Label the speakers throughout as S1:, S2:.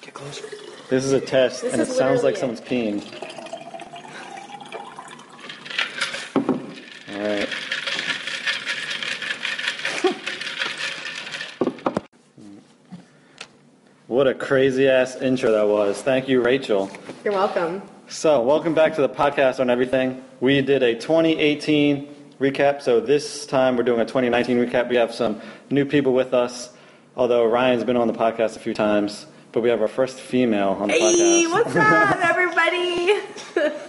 S1: Get closer.
S2: This is a test,
S3: This
S2: and it
S3: is
S2: sounds like
S3: literally
S2: someone's peeing. All right. What a crazy ass intro that was. Thank you, Rachel.
S3: You're welcome.
S2: So, welcome back to the podcast on everything. We did a 2018 recap, so this time we're doing a 2019 recap. We have some new people with us, although Ryan's been on the podcast a few times, but we have our first female on the
S3: Hey,
S2: podcast.
S3: what's up,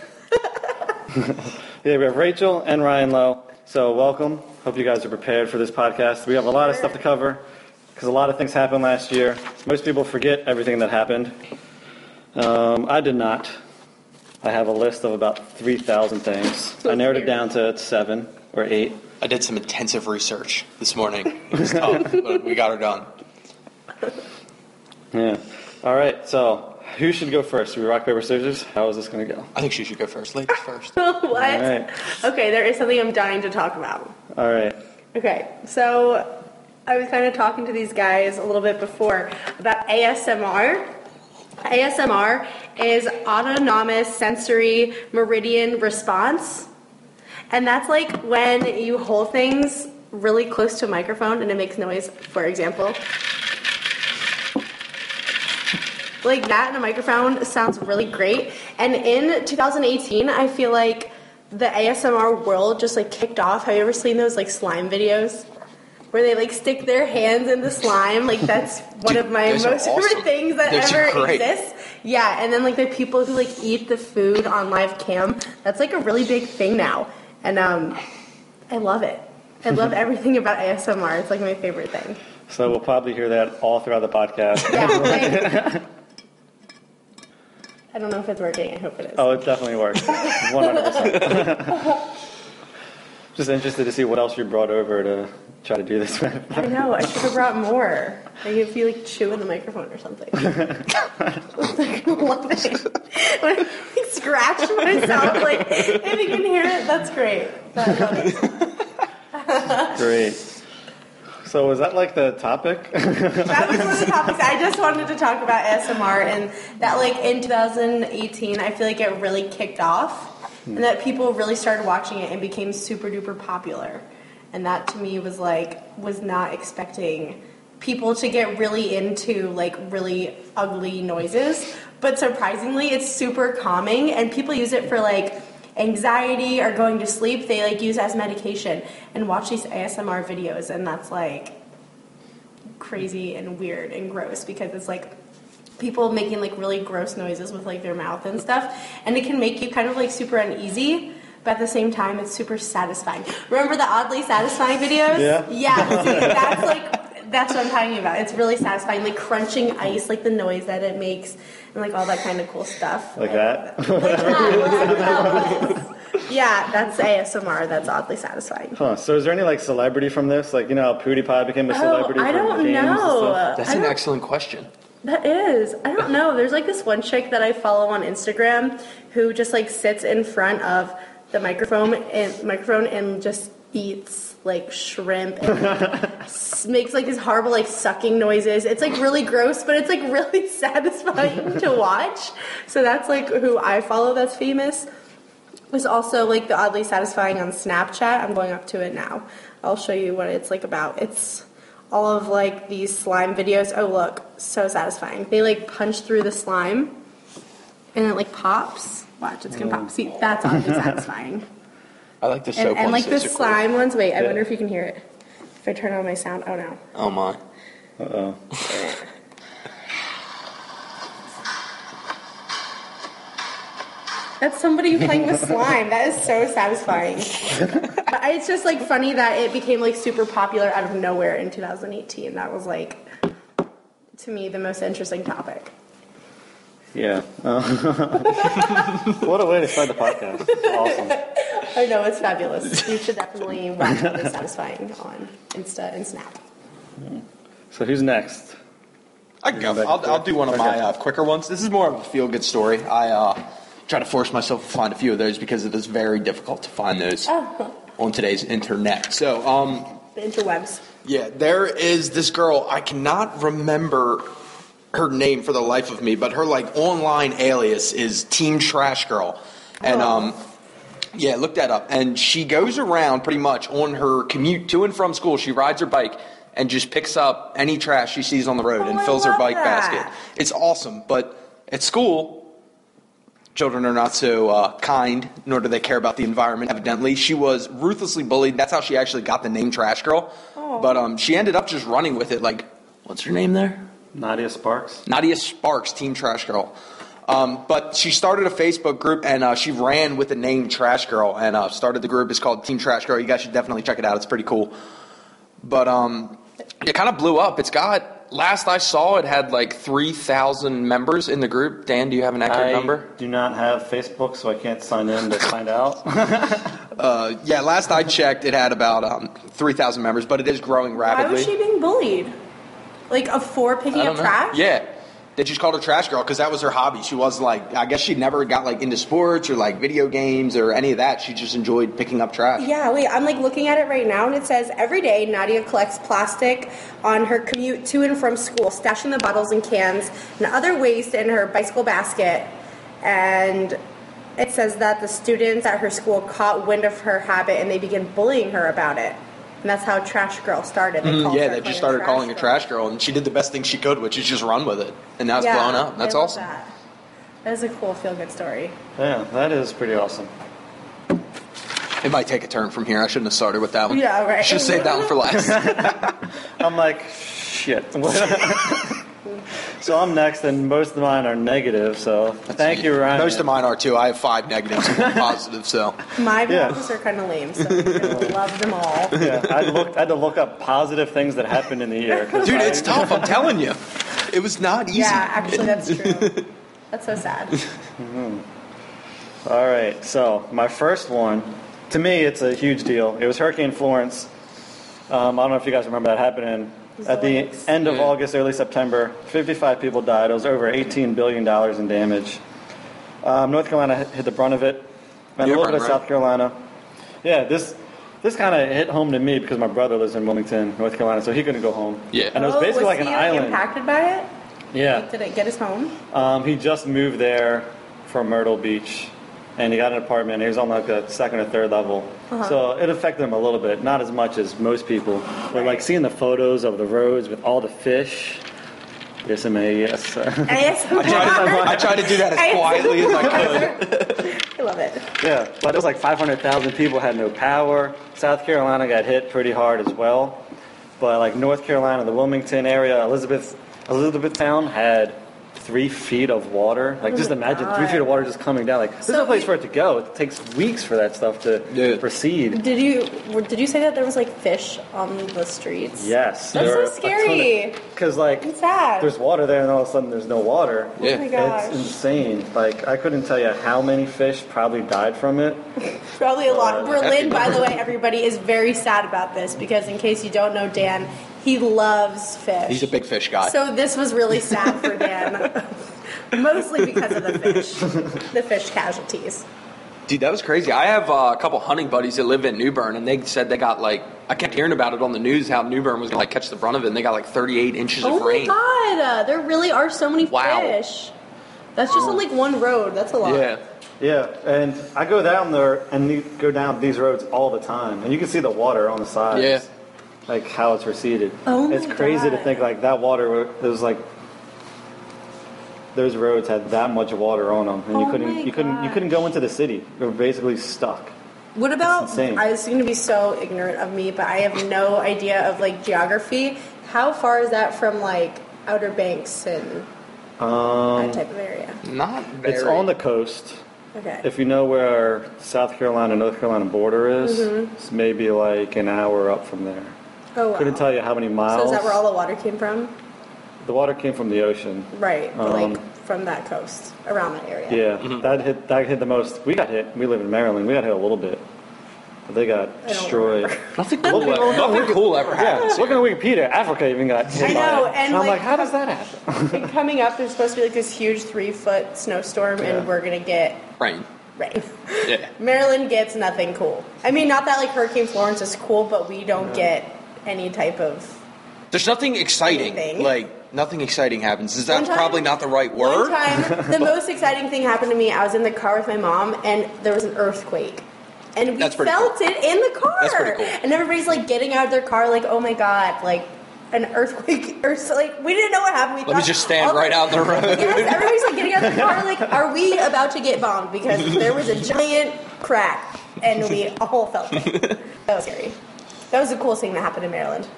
S3: everybody?
S2: Yeah, we have Rachel and Ryan Lowe. So, welcome. Hope you guys are prepared for this podcast. We have a lot of stuff to cover because a lot of things happened last year. Most people forget everything that happened. Um, I did not. I have a list of about 3,000 things. I narrowed it down to seven or eight.
S1: I did some intensive research this morning. It was tough, but we got her done.
S2: Yeah. All right, so who should go first? We rock, paper, scissors? How is this going to go?
S1: I think she should go first. Ladies first.
S3: what?
S2: right.
S3: Okay, there is something I'm dying to talk about.
S2: All right.
S3: Okay, so I was kind of talking to these guys a little bit before about ASMR. ASMR is autonomous sensory meridian response. And that's like when you hold things really close to a microphone and it makes noise, for example. Like that in a microphone sounds really great. And in 2018, I feel like the ASMR world just like kicked off. Have you ever seen those like slime videos? Where they like stick their hands in the slime, like that's one
S1: Dude,
S3: of my
S1: those
S3: most
S1: are awesome.
S3: favorite things that
S1: Those are
S3: ever
S1: great.
S3: exists. Yeah, and then like the people who like eat the food on live cam, that's like a really big thing now. And um I love it. I love everything about ASMR. It's like my favorite thing.
S2: So, we'll probably hear that all throughout the podcast.
S3: Yeah. like- I don't know if it's working. I hope it is.
S2: Oh, it definitely works. 100%. Just interested to see what else you brought over to try to do this with.
S3: I know. I should have brought more. Like if you like chew in the microphone or something. like, love it. When I like, scratch myself, like if you can hear it, that's great. But um, I love it.
S2: Great. So, was that like the topic?
S3: that was one of the topics I just wanted to talk about ASMR and that like in 2018 I feel like it really kicked off and that people really started watching it and became super duper popular and that to me was like was not expecting people to get really into like really ugly noises but surprisingly it's super calming and people use it for like anxiety or going to sleep they like use as medication and watch these ASMR videos and that's like crazy and weird and gross because it's like people making like really gross noises with like their mouth and stuff and it can make you kind of like super uneasy but at the same time it's super satisfying remember the oddly satisfying videos
S2: Yeah.
S3: yeah see, that's like that's what i'm talking about it's really satisfying like crunching ice like the noise that it makes and like all that kind of cool stuff
S2: Like that?
S3: Like that, like that. yeah that's asmr that's oddly satisfying
S2: Huh. So, is there any like celebrity from this? Like, you know how PewDiePie became a
S3: oh
S2: celebrity?
S3: i
S2: from
S3: don't
S2: games and stuff?
S3: know
S1: That's
S3: I
S1: an
S3: don't
S1: excellent question.
S3: That is. I don't know. There's like this one chick that I follow on Instagram who just like sits in front of the microphone and microphone and just eats like shrimp and s- makes like these horrible like sucking noises. It's like really gross, but it's like really satisfying to watch. So that's like who I follow that's famous. There's also like the oddly satisfying on Snapchat. I'm going up to it now. I'll show you what it's like about. It's all of like these slime videos. Oh look, so satisfying. They like punch through the slime and it like pops. Watch, it's gonna pop. See, that's oddly satisfying.
S1: I like the soap
S3: and, and
S1: ones.
S3: like the
S1: Those are cool.
S3: slime ones. Wait, I
S2: Yeah.
S3: wonder if you can hear it. If I turn on my sound, oh no.
S1: Oh my.
S2: Uh-oh.
S3: That's somebody playing with slime. That is so satisfying. but I- it's just like funny that it became like super popular out of nowhere in 2018. That was like to me the most interesting topic.
S2: Yeah. Oh. what a way to start the podcast. It's awesome.
S3: I know Oh, it's fabulous. You should definitely watch that is satisfying on Insta and Snap.
S2: So, who's next?
S1: I can go.
S2: Back and
S1: I'll, I'll
S2: forth.
S1: do one of
S2: Okay.
S1: my uh, quicker ones. This is more of a feel good story. I uh, try to force myself to find a few of those because it is very difficult to find those
S3: Oh,
S1: on today's internet. So, um,
S3: The interwebs.
S1: yeah, there is this girl. I cannot remember her name for the life of me, but her like online alias is Team Trash Girl, and
S3: Oh.
S1: um, yeah, look that up. And she goes around pretty much on her commute to and from school. She rides her bike and just picks up any trash she sees on the road
S3: Oh,
S1: and
S3: I
S1: fills her
S3: love
S1: bike
S3: that.
S1: basket. It's awesome, but at school. Children are not so uh, kind, nor do they care about the environment. Evidently, she was ruthlessly bullied. That's how she actually got the name Trash Girl.
S3: Oh.
S1: But um, she ended up just running with it. Like, what's her name there?
S2: Nadia Sparks.
S1: Nadia Sparks, Team Trash Girl. Um, but she started a Facebook group and uh, she ran with the name Trash Girl and uh, started the group. It's called Team Trash Girl. You guys should definitely check it out. It's pretty cool. But um, it kind of blew up. It's got, last I saw, it had like 3,000 members in the group. Dan, do you have an accurate
S2: I
S1: number?
S2: do not have Facebook, so I can't sign in to find out.
S1: Uh, yeah, last I checked, it had about um, 3,000 members, but it is growing
S3: Why
S1: rapidly.
S3: was she being bullied? Like a four picking up
S1: I don't know.
S3: trash?
S1: Yeah. They just called her trash girl because that was her hobby. She was like, I guess she never got like into sports or like video games or any of that. She just enjoyed picking up trash.
S3: Yeah, wait, I'm like looking at it right now and it says every day Nadia collects plastic on her commute to and from school, stashing the bottles and cans and other waste in her bicycle basket. And it says that the students at her school caught wind of her habit and they began bullying her about it. And that's how Trash Girl started. They
S1: Mm,
S3: called
S1: yeah,
S3: her
S1: they
S3: playing
S1: just started calling her trash girl, and she did the best thing she could, which is just run with it. And now it's
S3: Yeah,
S1: blown up. That's
S3: I love
S1: awesome.
S3: That. that is a cool feel good story.
S2: yeah, that is pretty awesome.
S1: It might take a turn from here. I shouldn't have started with that one.
S3: Yeah, right.
S1: Should have saved that one for last.
S2: I'm like, shit. so I'm next, and most of mine are negative. So thank you, Ryan.
S1: Most of mine are too. I have five negatives and one positive, so.
S3: My
S2: Yeah.
S3: vlogs are kind of lame, so I love them all.
S2: Yeah, I looked. I had to look up positive things that happened in the year. 'cause
S1: Dude,
S2: I-
S1: it's tough. I'm telling you. It was not easy.
S3: Yeah, actually, that's true. That's so sad.
S2: All right, so my first one, to me, it's a huge deal. It was Hurricane Florence. Um, I don't know if you guys remember that happening. At the end of August, early September, 55 people died. It was over $18 billion in damage. Um, North Carolina hit- hit the brunt of it, and
S1: You're
S2: a little bit of
S1: right, right?
S2: South Carolina. Yeah, this this kind of hit home to me because my brother lives in Wilmington, North Carolina, so he couldn't go home.
S1: Yeah.
S2: and it was
S3: Oh,
S2: basically like
S3: he
S2: an island.
S3: impacted by it?
S2: Yeah,
S3: Like, did it get us home?
S2: um, he just moved there from Myrtle Beach, and he got an apartment. He was on like a second or third level, so it affected him a little bit. Not as much as most people, but like seeing the photos of the roads with all the fish. Yes, I Yes, sir.
S1: I tried, to, I tried to do that as quietly as I could.
S3: I love it.
S2: yeah, but it was like 500,000 people had no power. South Carolina got hit pretty hard as well, but like North Carolina, the Wilmington area, Elizabeth, Elizabethtown had. Three feet of water, like just
S3: Oh my
S2: imagine
S3: God.
S2: three feet of water just coming down. Like there's
S3: So
S2: no place
S3: you-
S2: for it to go. It takes weeks for that stuff to
S1: Yeah.
S2: proceed.
S3: Did you did you say that there was like fish on the streets?
S2: Yes,
S3: That's so scary.
S2: Because like
S3: It's sad.
S2: there's water there, and all of a sudden there's no water.
S1: Yeah.
S3: Oh my
S2: It's
S3: gosh.
S2: insane. Like I couldn't tell you how many fish probably died from it.
S3: Probably a lot.
S2: Uh,
S3: Berlin, by the way, everybody is very sad about this because in case you don't know Dan, he loves fish.
S1: He's a big fish guy.
S3: So this was really sad for Dan. Mostly because of the fish. The fish casualties.
S1: Dude, that was crazy. I have uh, a couple hunting buddies that live in New Bern, and they said they got like I kept hearing about it on the news how New Bern was gonna like catch the brunt of it, and they got like 38 inches
S3: Oh
S1: of rain.
S3: my god, uh, there really are so many
S1: Wow.
S3: fish. That's just on like one road. That's a lot.
S1: Yeah,
S2: Oh. Yeah, and I go down there and you go down these roads all the time, and you can see the water on the sides.
S1: Yeah.
S2: Like how it's receded.
S3: Oh my
S2: it's crazy to
S3: God.
S2: think like that water wa- it was like those roads had that much water on them, and
S3: Oh
S2: you couldn't
S3: my
S2: you couldn't you
S3: God.
S2: couldn't go into the city. You were basically stuck.
S3: What about?
S2: That's insane.
S3: I was going to be so ignorant of me, but I have no idea of like geography. How far is that from like Outer Banks and that type of area?
S1: not very.
S2: Um, It's on the coast.
S3: Okay.
S2: If you know where our South Carolina North Carolina border is,
S3: Mm-hmm.
S2: it's maybe like an hour up from there.
S3: oh, wow.
S2: Couldn't tell you how many miles.
S3: So is that where all the water came from?
S2: the water came from the ocean.
S3: Right, but,
S2: Um,
S3: like from that coast around that area.
S2: Yeah, Mm-hmm. that hit that hit the most. We got hit. We live in Maryland. We got hit a little bit, but they got destroyed.
S1: nothing cool.
S2: Oh,
S1: ever- nothing cool ever
S2: Yeah,
S1: happens.
S2: looking at Wikipedia, Africa even got hit. by
S3: I know,
S2: it.
S3: and,
S2: I'm
S3: like,
S2: like, how does that happen?
S3: And coming up, there's supposed to be like this huge three foot snowstorm,
S2: Yeah.
S3: and we're gonna get
S1: Rain.
S3: rain.
S1: Yeah.
S3: Maryland gets nothing cool. I mean, not that like Hurricane Florence is cool, but we don't get any type of
S1: There's nothing exciting.
S3: Anything.
S1: Like Nothing exciting happens. Is
S3: One
S1: that
S3: time-
S1: probably not the right
S3: One
S1: word?
S3: time, the most exciting thing happened to me. I was in the car with my mom, and there was an earthquake. And we
S1: That's pretty
S3: felt
S1: cool.
S3: it in the car.
S1: That's pretty cool.
S3: And everybody's like getting out of their car, like, oh my god, like an earthquake or so, like we didn't know what happened. We
S1: Let me
S3: thought-
S1: just stand
S3: all-
S1: right out in the road.
S3: Yes, everybody's like getting out of the car, like, are we about to get bombed? Because there was a giant crack, and we all felt it. That was scary. That was the coolest thing that happened in Maryland.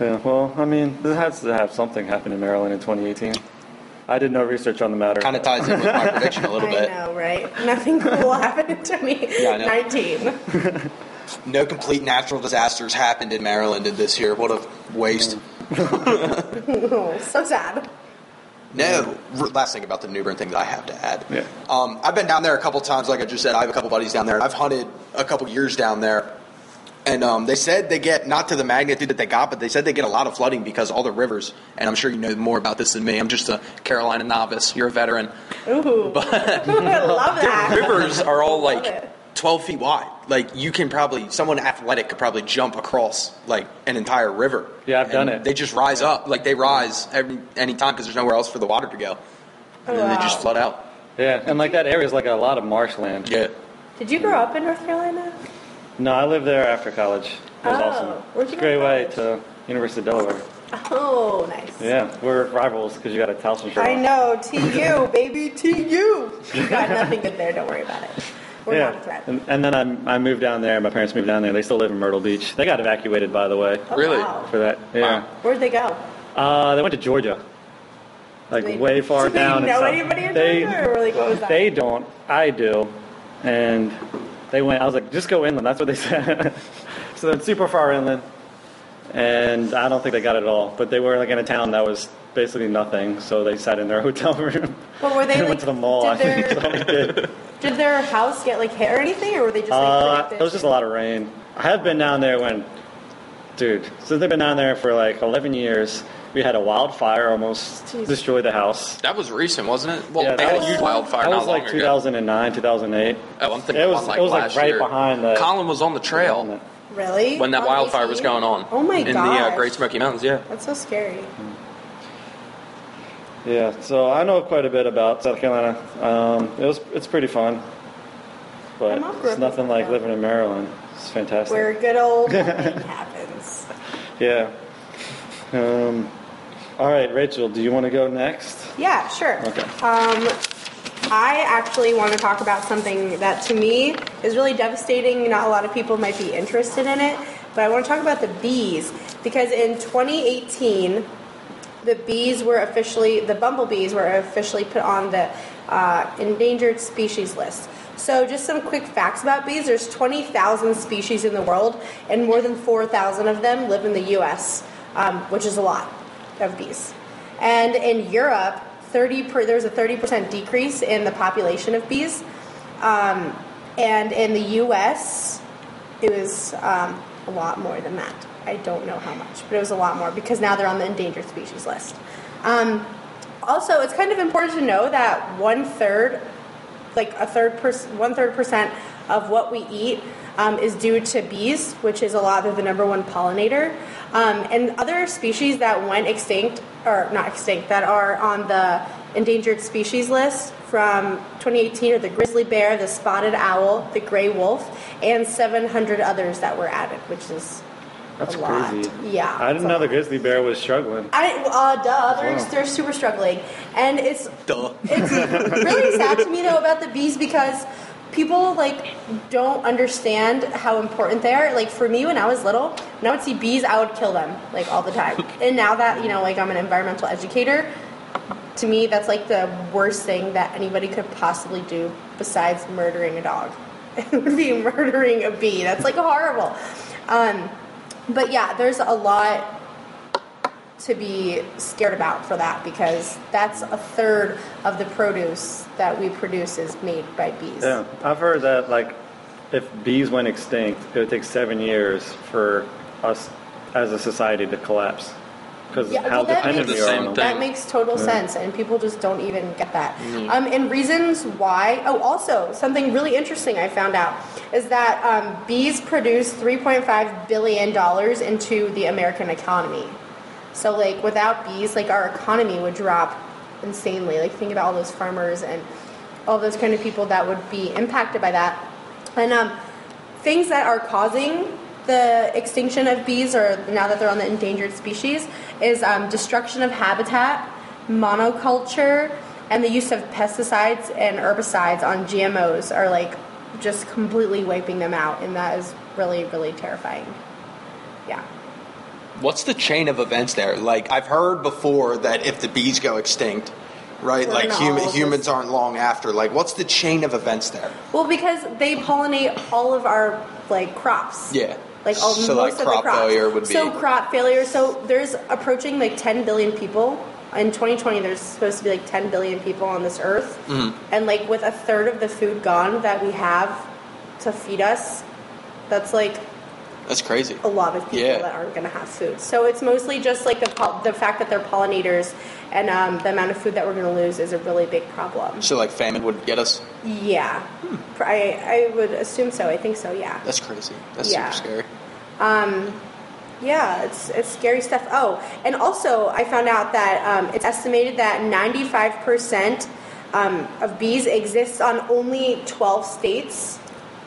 S2: Yeah, well, I mean, this has to have something happen in Maryland in 2018. I did no research on the matter.
S1: kind of ties in with my prediction a little
S3: I
S1: bit.
S3: know, right? Nothing cool happened to me.
S1: Yeah, I know.
S3: 19.
S1: No complete natural disasters happened in Maryland this year. What a waste.
S3: Oh, so sad.
S1: No. r- Last thing about the New Bern thing that I have to add.
S2: Yeah.
S1: Um, I've been down there a couple times, like I just said. I have a couple buddies down there. I've hunted a couple years down there, and um, they said they get not to the magnitude that they got, but they said they get a lot of flooding because all the rivers. And I'm sure you know more about this than me. I'm just a Carolina novice. You're a veteran.
S3: Ooh. I love that.
S1: Rivers are all
S3: Love
S1: like
S3: it.
S1: 12 feet wide. Like you can probably someone athletic could probably jump across like an entire river.
S2: Yeah, I've done
S1: And
S2: it.
S1: They just rise up. Like they rise every any time because there's nowhere else for the water to go. And then they
S3: Wow.
S1: just flood out.
S2: yeah, and like that area is like a lot of marshland.
S1: Yeah.
S3: Did you grow up in North Carolina?
S2: No, I lived there after college. It was
S3: Oh,
S2: awesome.
S3: where'd
S2: It's
S3: you
S2: a
S3: go
S2: great
S3: to
S2: way
S3: college?
S2: to University of Delaware.
S3: Oh, nice.
S2: Yeah, we're rivals because you got a Towson shirt.
S3: I
S2: on.
S3: know. TU, baby, TU. You got nothing good there. Don't worry about it. We're not a
S2: Yeah,
S3: threat.
S2: and, and then I, I moved down there. My parents moved down there. They still live in Myrtle Beach. They got evacuated, by the way,
S3: Oh,
S1: Really?
S3: wow.
S2: for that. Yeah,
S3: Where'd they go?
S2: uh, they went to Georgia, like
S3: Did they-
S2: way far
S3: did they
S2: down. in
S3: know
S2: South-
S3: anybody in
S2: they,
S3: Georgia, or, like, what was that?
S2: They don't. I do, and they went. I was like, just go inland. That's what they said. so they're super far inland, and I don't think they got it all. But they were like in a town that was basically nothing. So they sat in their hotel room.
S3: But were they,
S2: and
S3: like,
S2: went to the mall?
S3: did
S2: I think
S3: their-
S2: is what they did.
S3: Did their house get like hit or anything, or were they just like
S2: Uh,
S3: predicted?
S2: it was just a lot of rain. I have been down there when, dude, since I've been down there for like 11 years, we had a wildfire almost
S3: Jeez.
S2: destroy the house.
S4: That was recent, wasn't it? Well,
S2: Yeah,
S4: they
S2: that
S4: had a
S2: was-
S4: huge wildfire
S2: that
S4: not
S2: was
S4: long
S2: like
S4: ago.
S2: 2009, 2008.
S4: Oh, I'm thinking
S2: It was,
S4: one like
S2: it was
S4: last
S2: like right
S4: year.
S2: behind the.
S4: Colin was on the trail
S3: really
S4: when that
S3: On
S4: wildfire
S3: ET?
S4: was going on.
S3: Oh my
S4: In the
S3: gosh.
S4: uh, Great Smoky Mountains, yeah.
S3: That's so scary.
S2: Yeah, so I know quite a bit about South Carolina. Um, it was, it's pretty fun, but
S3: My mom grew
S2: it's
S3: up in
S2: nothing
S3: South
S2: like
S3: Carolina.
S2: living in Maryland. It's fantastic.
S3: Where good old nothing happens.
S2: Yeah. Um, all right, Rachel, do you want to go next?
S3: Yeah, sure.
S2: Okay.
S3: Um, I actually want to talk about something that to me is really devastating. Not a lot of people might be interested in it, but I want to talk about the bees because in 2018, the bees were officially the bumblebees were officially put on the uh, endangered species list. So, just some quick facts about bees. There's 20,000 species in the world, and more than 4,000 of them live in the U.S., um, which is a lot of bees. And in Europe, 30 per, there was a 30% decrease in the population of bees, um, and in the U.S., it was um, a lot more than that. I don't know how much, but it was a lot more because now they're on the endangered species list. Um, also, it's kind of important to know that one third, like a third, per- one third percent of what we eat um, is due to bees, which is a lot. They're the number one pollinator, um, and other species that went extinct or not extinct that are on the endangered species list from 2018 are the grizzly bear, the spotted owl, the gray wolf, and 700 others that were added, which is
S2: That's
S3: a lot.
S2: crazy.
S3: Yeah,
S2: I
S3: it's
S2: didn't
S3: a
S2: know the
S3: lot.
S2: grizzly bear was struggling.
S3: I uh, duh, they're,
S2: Wow.
S3: they're super struggling, and it's
S1: Duh.
S3: it's really sad to me though about the bees because people like don't understand how important they are. Like for me, when I was little, when I would see bees, I would kill them like all the time. and now that you know, like I'm an environmental educator, to me that's like the worst thing that anybody could possibly do besides murdering a dog. It would be murdering a bee. That's like horrible. Um, but yeah, there's a lot to be scared about for that because that's a third of the produce that we produce is made by bees.
S2: Yeah, I've heard that like if bees went extinct, it would take seven years for us as a society to collapse because
S3: Yeah,
S2: how
S3: well, that
S2: dependent
S3: makes-
S2: we are
S4: Same
S2: on them. Mm-hmm.
S4: thing.
S3: That makes total sense, and people just don't even get that. Um, and reasons why. Oh, also something really interesting I found out is that um, bees produce 3.5 billion dollars into the American economy. So like without bees, like our economy would drop insanely. Like think about all those farmers and all those kind of people that would be impacted by that. And um, things that are causing the extinction of bees, or now that they're on the endangered species, is um, destruction of habitat, monoculture, and the use of pesticides and herbicides on GMOs are like just completely wiping them out, and that is really, really terrifying. Yeah.
S1: What's the chain of events there? Like I've heard before that if the bees go extinct, right?
S3: We're
S1: like
S3: gonna
S1: hum-
S3: all just-
S1: humans aren't long after. Like what's the chain of events there?
S3: Well, because they pollinate all of our like crops.
S1: Yeah.
S3: Like all,
S1: So,
S3: most
S1: like,
S3: of the
S1: crop
S3: crops.
S1: failure would be-
S3: so crop failure. So there's approaching like 10 billion people in 2020. There's supposed to be like 10 billion people on this earth,
S1: Mm-hmm.
S3: and like with a third of the food gone that we have to feed us, that's like
S1: That's crazy.
S3: a lot of people
S1: Yeah.
S3: that aren't going to have food. So it's mostly just like the pol- the fact that they're pollinators and um, the amount of food that we're going to lose is a really big problem.
S1: So like famine would get us.
S3: Yeah, I I would assume so. I think so. Yeah.
S1: That's crazy. That's
S3: Yeah.
S1: super scary.
S3: Yeah, it's, it's scary stuff. Oh, and also I found out that um, it's estimated that 95% um, of bees exists on only 12 states.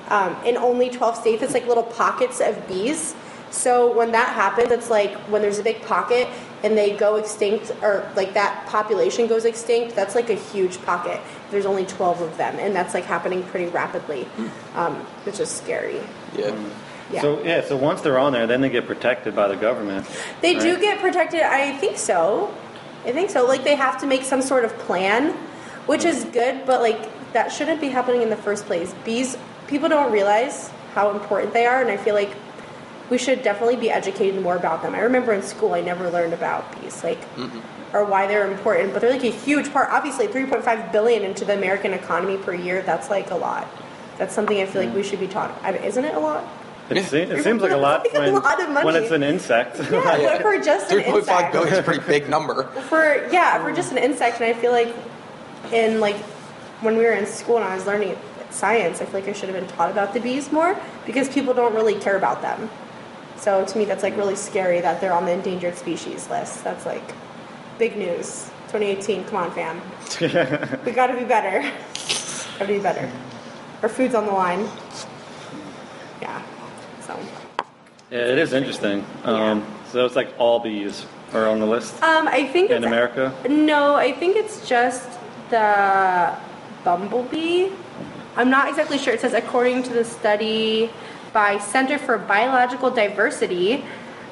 S3: Um, in only 12 states, it's like little pockets of bees. So when that happens, it's like when there's a big pocket and they go extinct, or like that population goes extinct, that's like a huge pocket. There's only 12 of them, and that's like happening pretty rapidly, um, which is scary.
S1: Yeah.
S3: Yeah.
S2: So yeah, so once they're on there, then they get protected by the government.
S3: They do
S2: right?
S3: get protected. I think so. I think so. Like they have to make some sort of plan, which is good, but like that shouldn't be happening in the first place. Bees, people don't realize how important they are, and I feel like we should definitely be educated more about them. I remember in school, I never learned about bees, like or why they're important, but they're like a huge part. Obviously, 3.5 billion into the American economy per year. That's like a lot. That's something I feel
S1: Mm.
S3: like we should be taught. I mean, isn't it a lot?
S2: It, se- it seems like a lot
S3: It's like a
S2: when,
S3: lot of money.
S2: when it's an insect.
S3: Yeah,
S1: Yeah.
S3: for just an
S1: Three point five
S3: insect.
S1: billion is a pretty big number.
S3: for yeah for just an insect and i feel like in like when we were in school and i was learning science i feel like i should have been taught about the bees more because people don't really care about them so to me that's like really scary that they're on the endangered species list that's like big news 2018 come on fam we gotta be better gotta be better our food's on the line yeah so Um,
S2: Yeah, it is interesting. Um, so it's like all bees are on the list
S3: um, i think
S2: in
S3: it's-
S2: America.
S3: No, I think it's just the bumblebee. I'm not exactly sure. It says, according to the study by Center for Biological Diversity,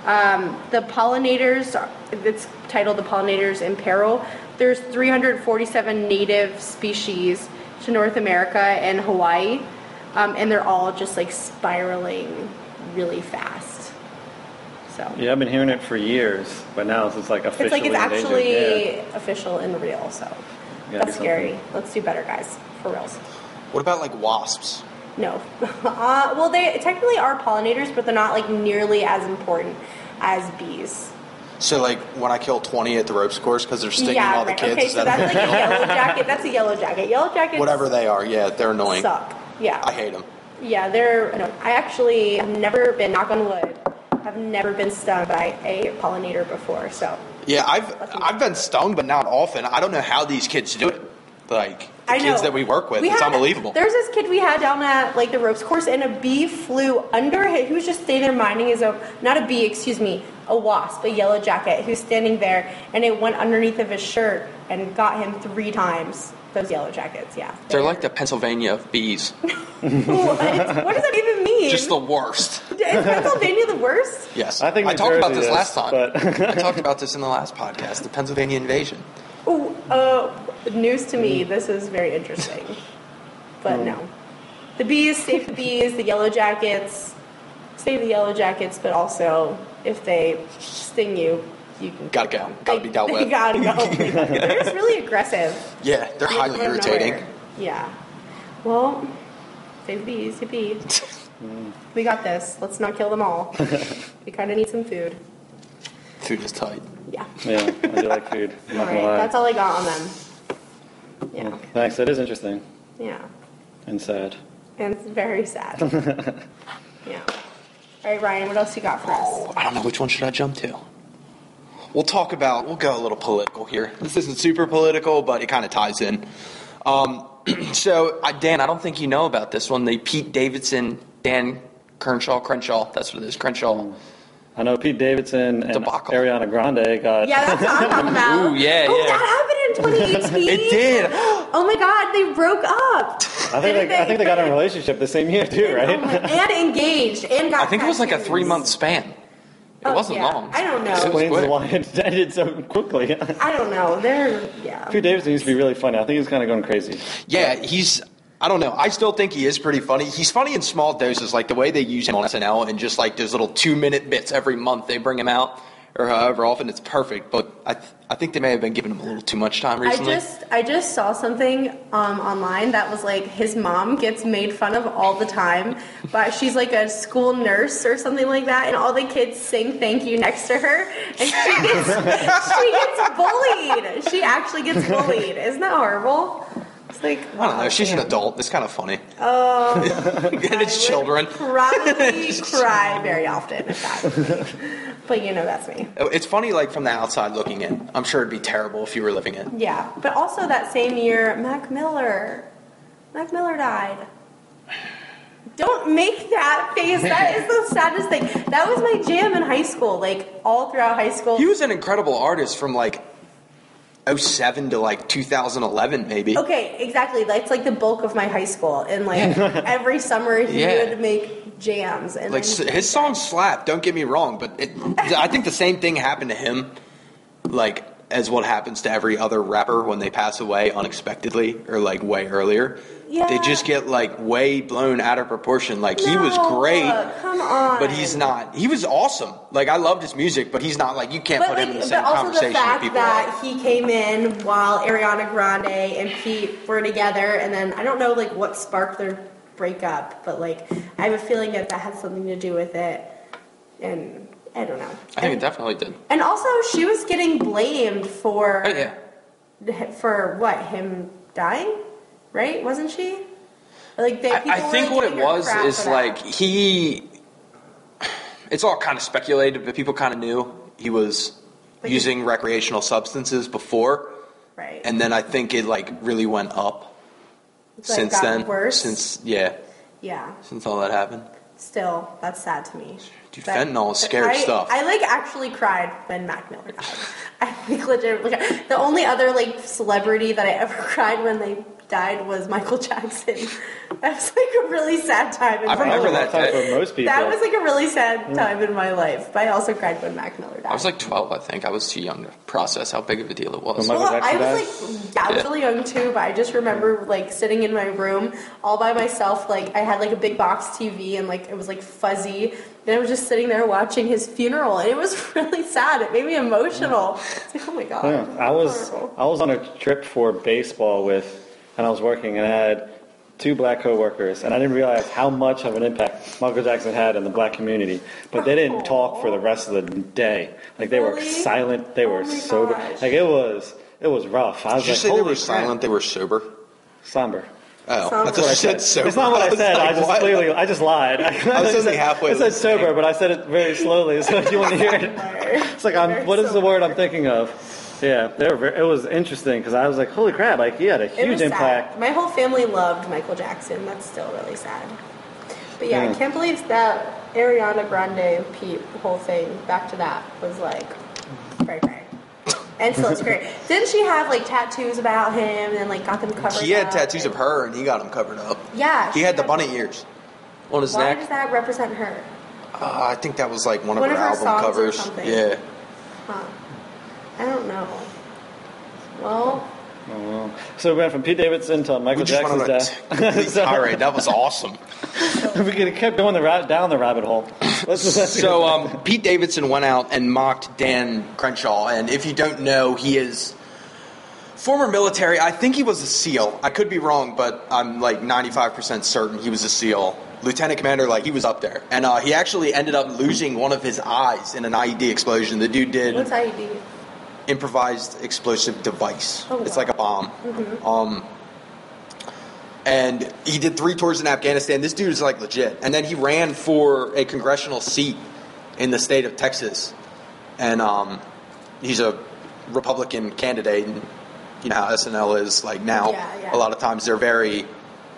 S3: um, the pollinators, it's titled The Pollinators in Peril, there's 347 native species to North America and Hawaii, um, and they're all just like spiraling really fast. So
S2: Yeah, I've been hearing it for years, but now it's like officially
S3: it's like it's
S2: endangered.
S3: actually
S2: Yeah.
S3: official and real, so
S2: Yeah,
S3: that's
S2: something.
S3: scary. Let's do better, guys, for reals.
S1: What about like wasps?
S3: No, uh, well, they technically are pollinators, but they're not like nearly as important as bees.
S1: So like when I kill twenty at the ropes course because they're stinging
S3: yeah,
S1: all the
S3: right.
S1: kids.
S3: okay,
S1: is
S3: so
S1: that-
S3: that's like a yellow jacket. That's a yellow jacket. Yellow jackets
S1: whatever they are, yeah, they're annoying.
S3: suck. Yeah,
S1: I hate them.
S3: Yeah, they're. No, I actually have never been. Knock on wood. I've never been stung by a pollinator before, so
S1: Yeah, I've I've been stung, but not often. I don't know how these kids do it. Like the
S3: I know.
S1: kids that we work with, it's
S3: had-
S1: unbelievable.
S3: There's this kid we had down at like the ropes course, and a bee flew under him. He was just standing there minding his own. Not a bee, excuse me, a wasp, a yellow jacket, who's standing there, and it went underneath of his shirt and got him three times. Those yellow jackets, yeah.
S4: They're like the Pennsylvania of bees.
S3: what? what does that even mean?
S1: Just the worst.
S3: Is Pennsylvania the worst?
S1: Yes,
S2: I think
S1: I
S2: New
S1: talked about
S2: Jersey
S1: this
S2: is,
S1: last time.
S2: but-
S1: I talked about this in the last podcast, the Pennsylvania invasion.
S3: Ooh, uh, news to
S1: Mm.
S3: me. This is very interesting, but
S1: Oh.
S3: no. The bees save the bees. The yellow jackets save the yellow jackets, but also if they sting you, you can
S1: Gotta go. Gotta be dealt
S3: They
S1: with.
S3: gotta go. They're just really aggressive.
S1: Yeah, they're highly
S3: They're
S1: irritating.
S3: nowhere. Yeah. Well, save the bees, you bee. We got this. Let's not kill them all. we kind of need some food.
S1: Food is tight.
S3: Yeah.
S2: Yeah, I do like food. I'm
S3: All
S2: not
S3: right.
S2: gonna lie.
S3: That's all I got on them. Yeah.
S2: Thanks. That is interesting
S3: Yeah.
S2: and sad.
S3: And it's very sad. yeah. All right, Ryan, what else you got for us?
S1: I don't know which one should I jump to. We'll talk about, we'll go a little political here. This isn't super political, but it kind of ties in. Um, so, I, Dan, I don't think you know about this one the Pete Davidson, Dan Crenshaw, Crenshaw, that's what it is, Crenshaw.
S2: I know Pete Davidson and
S4: Debacle.
S2: Ariana Grande got.
S3: Yeah, that's what I'm talking about.
S4: Ooh, yeah,
S3: oh,
S4: yeah.
S3: that happened in 2018.
S1: It did.
S3: Oh my God, they broke up.
S2: I think they, I think they got in a relationship the same year too,
S3: Oh my-
S2: right?
S3: and engaged and got.
S4: I think it was like a
S3: tattoos.
S4: three month span. It
S3: Oh,
S4: wasn't
S3: yeah.
S4: long.
S3: I don't know.
S4: It was
S2: Explains
S4: quick.
S2: why it ended so quickly.
S3: I don't know. They're yeah.
S2: Pete Davidson used to be really funny. I think he was kind of going crazy.
S1: Yeah, he's. I don't know. I still think he is pretty funny. He's funny in small doses, like the way they use him on SNL, and just like those little two-minute bits every month they bring him out, or however often it's perfect. But I, th- I think they may have been giving him a little too much time
S3: I
S1: recently.
S3: just I just saw something um, online that was like his mom gets made fun of all the time, but she's like a school nurse or something like that, and all the kids sing "Thank You" next to her, and she gets she gets bullied. She actually gets bullied. Isn't that horrible? It's like
S1: I don't know. She's an adult. It's kind of funny. Oh, and it's children.
S3: Probably cry very often if that. was me. But you know that's me.
S1: Oh, It's funny, like from the outside looking in. I'm sure it'd be terrible if you were living it.
S3: Yeah, but also that same year, Mac Miller. Mac Miller died. Don't make that face. That is the saddest thing. That was my jam in high school, like all throughout high school.
S1: He was an incredible artist from like 07 to like 2011, maybe.
S3: okay, exactly. That's like the bulk of my high school, and like every summer he
S1: Yeah.
S3: would make jams and
S1: Like
S3: then-
S1: s- his song slap. Don't get me wrong, but it, I think the same thing happened to him, like as what happens to every other rapper when they pass away unexpectedly or like way earlier. They
S3: Yeah.
S1: just get like way blown out of proportion. Like he was
S3: No,
S1: great,
S3: Come on,
S1: but he's not. He was awesome. Like I loved his music, but he's not like you can't
S3: But
S1: put
S3: like,
S1: him in the
S3: but
S1: same
S3: also
S1: conversation
S3: the fact
S1: with people.
S3: that
S1: like-
S3: he came in while Ariana Grande and Pete were together, and then I don't know like what sparked their breakup, but like I have a feeling that that had something to do with it, and I don't know.
S4: I think it definitely did.
S3: And also, she was getting blamed for
S4: Oh, yeah.
S3: for what him dying, right? Wasn't she? Like they,
S4: I, I
S3: people were,
S4: think
S3: like,
S4: what it
S3: giving her
S4: was
S3: crap
S4: is
S3: for that.
S4: like he.
S1: it's all kind of speculated, but people kind of knew he was
S3: Like-
S1: using recreational substances before.
S3: right,
S1: and then I think it like really went up
S3: It's, like,
S1: since
S3: gotten
S1: then.
S3: worse.
S1: Since yeah,
S3: yeah.
S1: since all that happened.
S3: Still, that's sad to me.
S1: Dude,
S3: That-
S1: fentanyl is scary
S3: I,
S1: stuff.
S3: I like actually cried when Mac Miller died. I like legitimately cried. The only other like celebrity that I ever cried when they died was Michael Jackson. That was like a really sad time in
S1: I
S3: my
S1: remember
S3: life.
S1: that Mm.
S2: Time
S1: day.
S2: for most people.
S3: That was like a really sad time in my life. But I also cried when Mac Miller died.
S4: I was like 12, I think. I was too young to process how big of a deal it was.
S2: Well, Michael
S3: well, I
S2: Jackson
S3: was like, yeah, I was
S4: Yeah.
S3: really young too, but I just remember like sitting in my room all by myself. Like I had like a big box TV and like it was like fuzzy. And I was just sitting there watching his funeral, and it was really sad. It made me emotional. It's like, oh my god.
S2: Yeah, I was
S3: Horrible.
S2: I was on a trip for baseball with, and I was working, and I had two black coworkers, and I didn't realize how much of an impact Michael Jackson had in the black community. But they didn't talk for the rest of the day. Like they were
S3: Really?
S2: silent. They
S3: Oh
S2: were
S3: my
S2: sober.
S3: gosh.
S2: Like it was it was rough. I was
S1: Did you
S2: like,
S1: say
S2: holy
S1: they were
S2: crap.
S1: silent? They were sober.
S2: somber.
S1: Oh,
S3: Sounds
S1: that's what I
S3: like
S1: said. Sober.
S2: It's not what I,
S1: was
S2: said.
S1: like,
S2: I just
S1: what?
S2: clearly I just lied. I
S1: was only
S2: said-
S1: halfway
S2: I said
S1: listening.
S2: sober, but I said it very slowly, so if you want to hear it. It's like I'm, what is the word I'm thinking of? Yeah, they were very, it was interesting because I was like, holy crap! Like he had a
S3: It
S2: huge
S3: was sad.
S2: impact.
S3: My whole family loved Michael Jackson. That's still really sad. But yeah,
S2: Yeah.
S3: I can't believe that Ariana Grande and Pete whole thing back to that was like cray cray. And still it's great. Didn't she have like tattoos about him and like got them covered?
S1: He had
S3: up
S1: tattoos of
S3: and-
S1: her, and he got them covered up.
S3: Yeah,
S1: He
S3: she
S1: had the
S3: had-
S1: bunny ears on his
S3: Why does
S1: neck.
S3: that represent her?
S1: Uh, I think that was like one of
S3: One
S1: her
S3: of her
S1: album
S3: songs or
S1: covers.
S3: something.
S1: Yeah.
S3: Huh. I don't know. Well,
S2: Oh, wow. So we went from Pete Davidson to Michael
S1: We just
S2: Jackson's
S1: went on a
S2: death.
S1: t- complete
S2: So-
S1: tirade. That was awesome.
S2: we could have kept going the ra- down the rabbit hole. Let's, let's
S1: So um, Pete Davidson went out and mocked Dan Crenshaw, and if you don't know, he is former military. I think he was a SEAL. I could be wrong, but I'm like 95% certain he was a SEAL. Lieutenant Commander, like he was up there, and uh, he actually ended up losing one of his eyes in an IED explosion. The dude did
S3: what's IED?
S1: improvised explosive device.
S3: Oh,
S1: It's
S3: wow. Mm-hmm.
S1: like a bomb. Um, and he did three tours in Afghanistan. This dude is like legit. And then he ran for a congressional seat in the state of Texas, and um, he's a Republican candidate, and you know how SNL is like now.
S3: Yeah, yeah.
S1: A lot of times they're very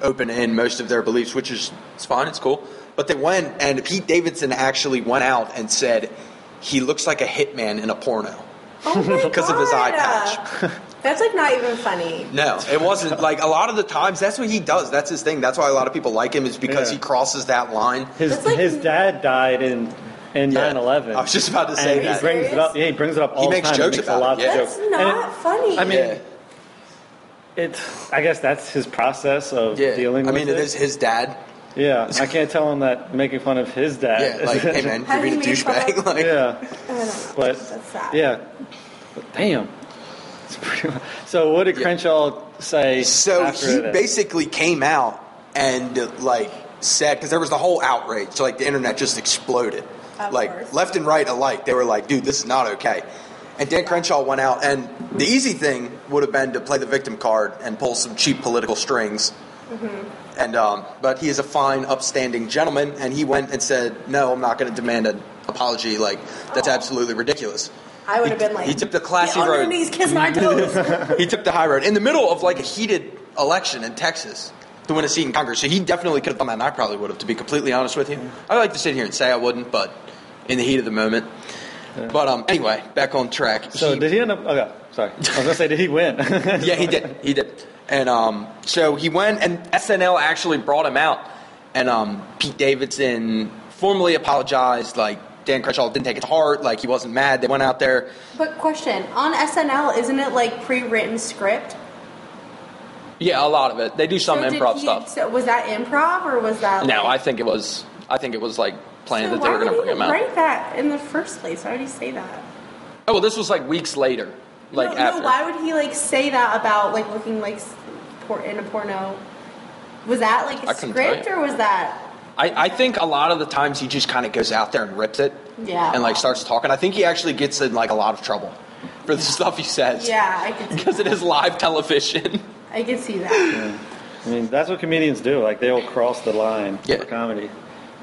S1: open in most of their beliefs, which is it's fine, it's cool. But they went, and Pete Davidson actually went out and said he looks like a hitman in a porno because
S3: because
S1: of his eye patch.
S3: Oh That's like not even funny.
S1: No, it wasn't. Like a lot of the times, that's what he does. That's his thing. That's why a lot of people like him is because
S2: Yeah.
S1: he crosses that line.
S2: His
S3: That's like-
S2: his dad died in in
S1: Yeah.
S2: 9/11.
S1: I was just about to
S2: And
S1: say
S2: he
S1: that.
S2: brings it up. Yeah, he brings it up all the
S1: makes
S2: time.
S1: jokes
S2: he makes
S1: about
S2: a lot
S1: it,
S2: of
S1: yeah.
S3: That's
S2: jokes.
S3: not funny.
S2: I mean-
S1: yeah.
S2: And it, it, I guess that's his process of
S1: Yeah.
S2: dealing
S1: I
S2: with
S1: mean, it is his dad.
S2: Yeah, I can't tell him that making fun of his dad.
S1: Yeah, like, hey man,
S3: How
S1: you're
S3: do
S1: being a
S3: you make fun
S1: douchebag.
S3: of-
S1: Like,
S2: yeah,
S3: I don't know.
S2: but
S3: That's sad.
S2: yeah, but damn. It's pretty mu- So what did
S1: Yeah.
S2: Crenshaw say?
S1: So
S2: after
S1: he
S2: that?
S1: basically came out and uh, like said because there was the whole outrage. So, like the internet just exploded,
S3: Of
S1: like
S3: course.
S1: left and right alike. They were like, "Dude, this is not okay." And Dan Crenshaw went out, and the easy thing would have been to play the victim card and pull some cheap political strings.
S3: Mm-hmm.
S1: And um, but he is a fine, upstanding gentleman, and he went and said, "No, I'm not going to demand an apology. Like that's absolutely ridiculous."
S3: I would have
S1: He-
S3: been like,
S1: he took the classy
S3: "Get on your
S1: road.
S3: knees, kiss my toes.
S1: he took the high road in the middle of like a heated election in Texas to win a seat in Congress. So he definitely could have done that, and I probably would have, to be completely honest with you. I like to sit here and say I wouldn't, but in the heat of the moment. But um, anyway, back on track.
S2: So
S1: He-
S2: did he end up? Okay, sorry. I was gonna say, did he win?
S1: yeah, he did. He did. And um, so he went, and SNL actually brought him out. And um, Pete Davidson formally apologized. Like Dan Crenshaw didn't take it to heart. Like he wasn't mad. They went out there.
S3: But question on SNL, isn't it like pre-written script?
S1: Yeah, a lot of it. They do some
S3: So did
S4: improv
S3: he-
S4: stuff.
S3: So was that improv or was that?
S4: No, I
S3: like,
S4: think it was. I think it was like planned
S3: so
S4: that they were
S3: why
S4: going to
S3: would
S4: bring him
S3: he
S4: out.
S3: Write that in the first place. Why would he say that?
S4: Oh well, this was like weeks later. Like
S3: no,
S4: after.
S3: no, why would he like say that about like looking like s- por- in a porno? Was that like a
S4: I couldn't tell
S3: script
S4: you.
S3: or was that?
S1: I, I think a lot of the times he just kind of goes out there and rips it.
S3: Yeah.
S1: And like starts talking. I think he actually gets in like a lot of trouble for the stuff he says.
S3: Yeah, I could. See
S1: Because it is live television.
S3: I could see that.
S2: I mean, that's what comedians do. Like they'll cross the line
S1: Yeah.
S2: for comedy,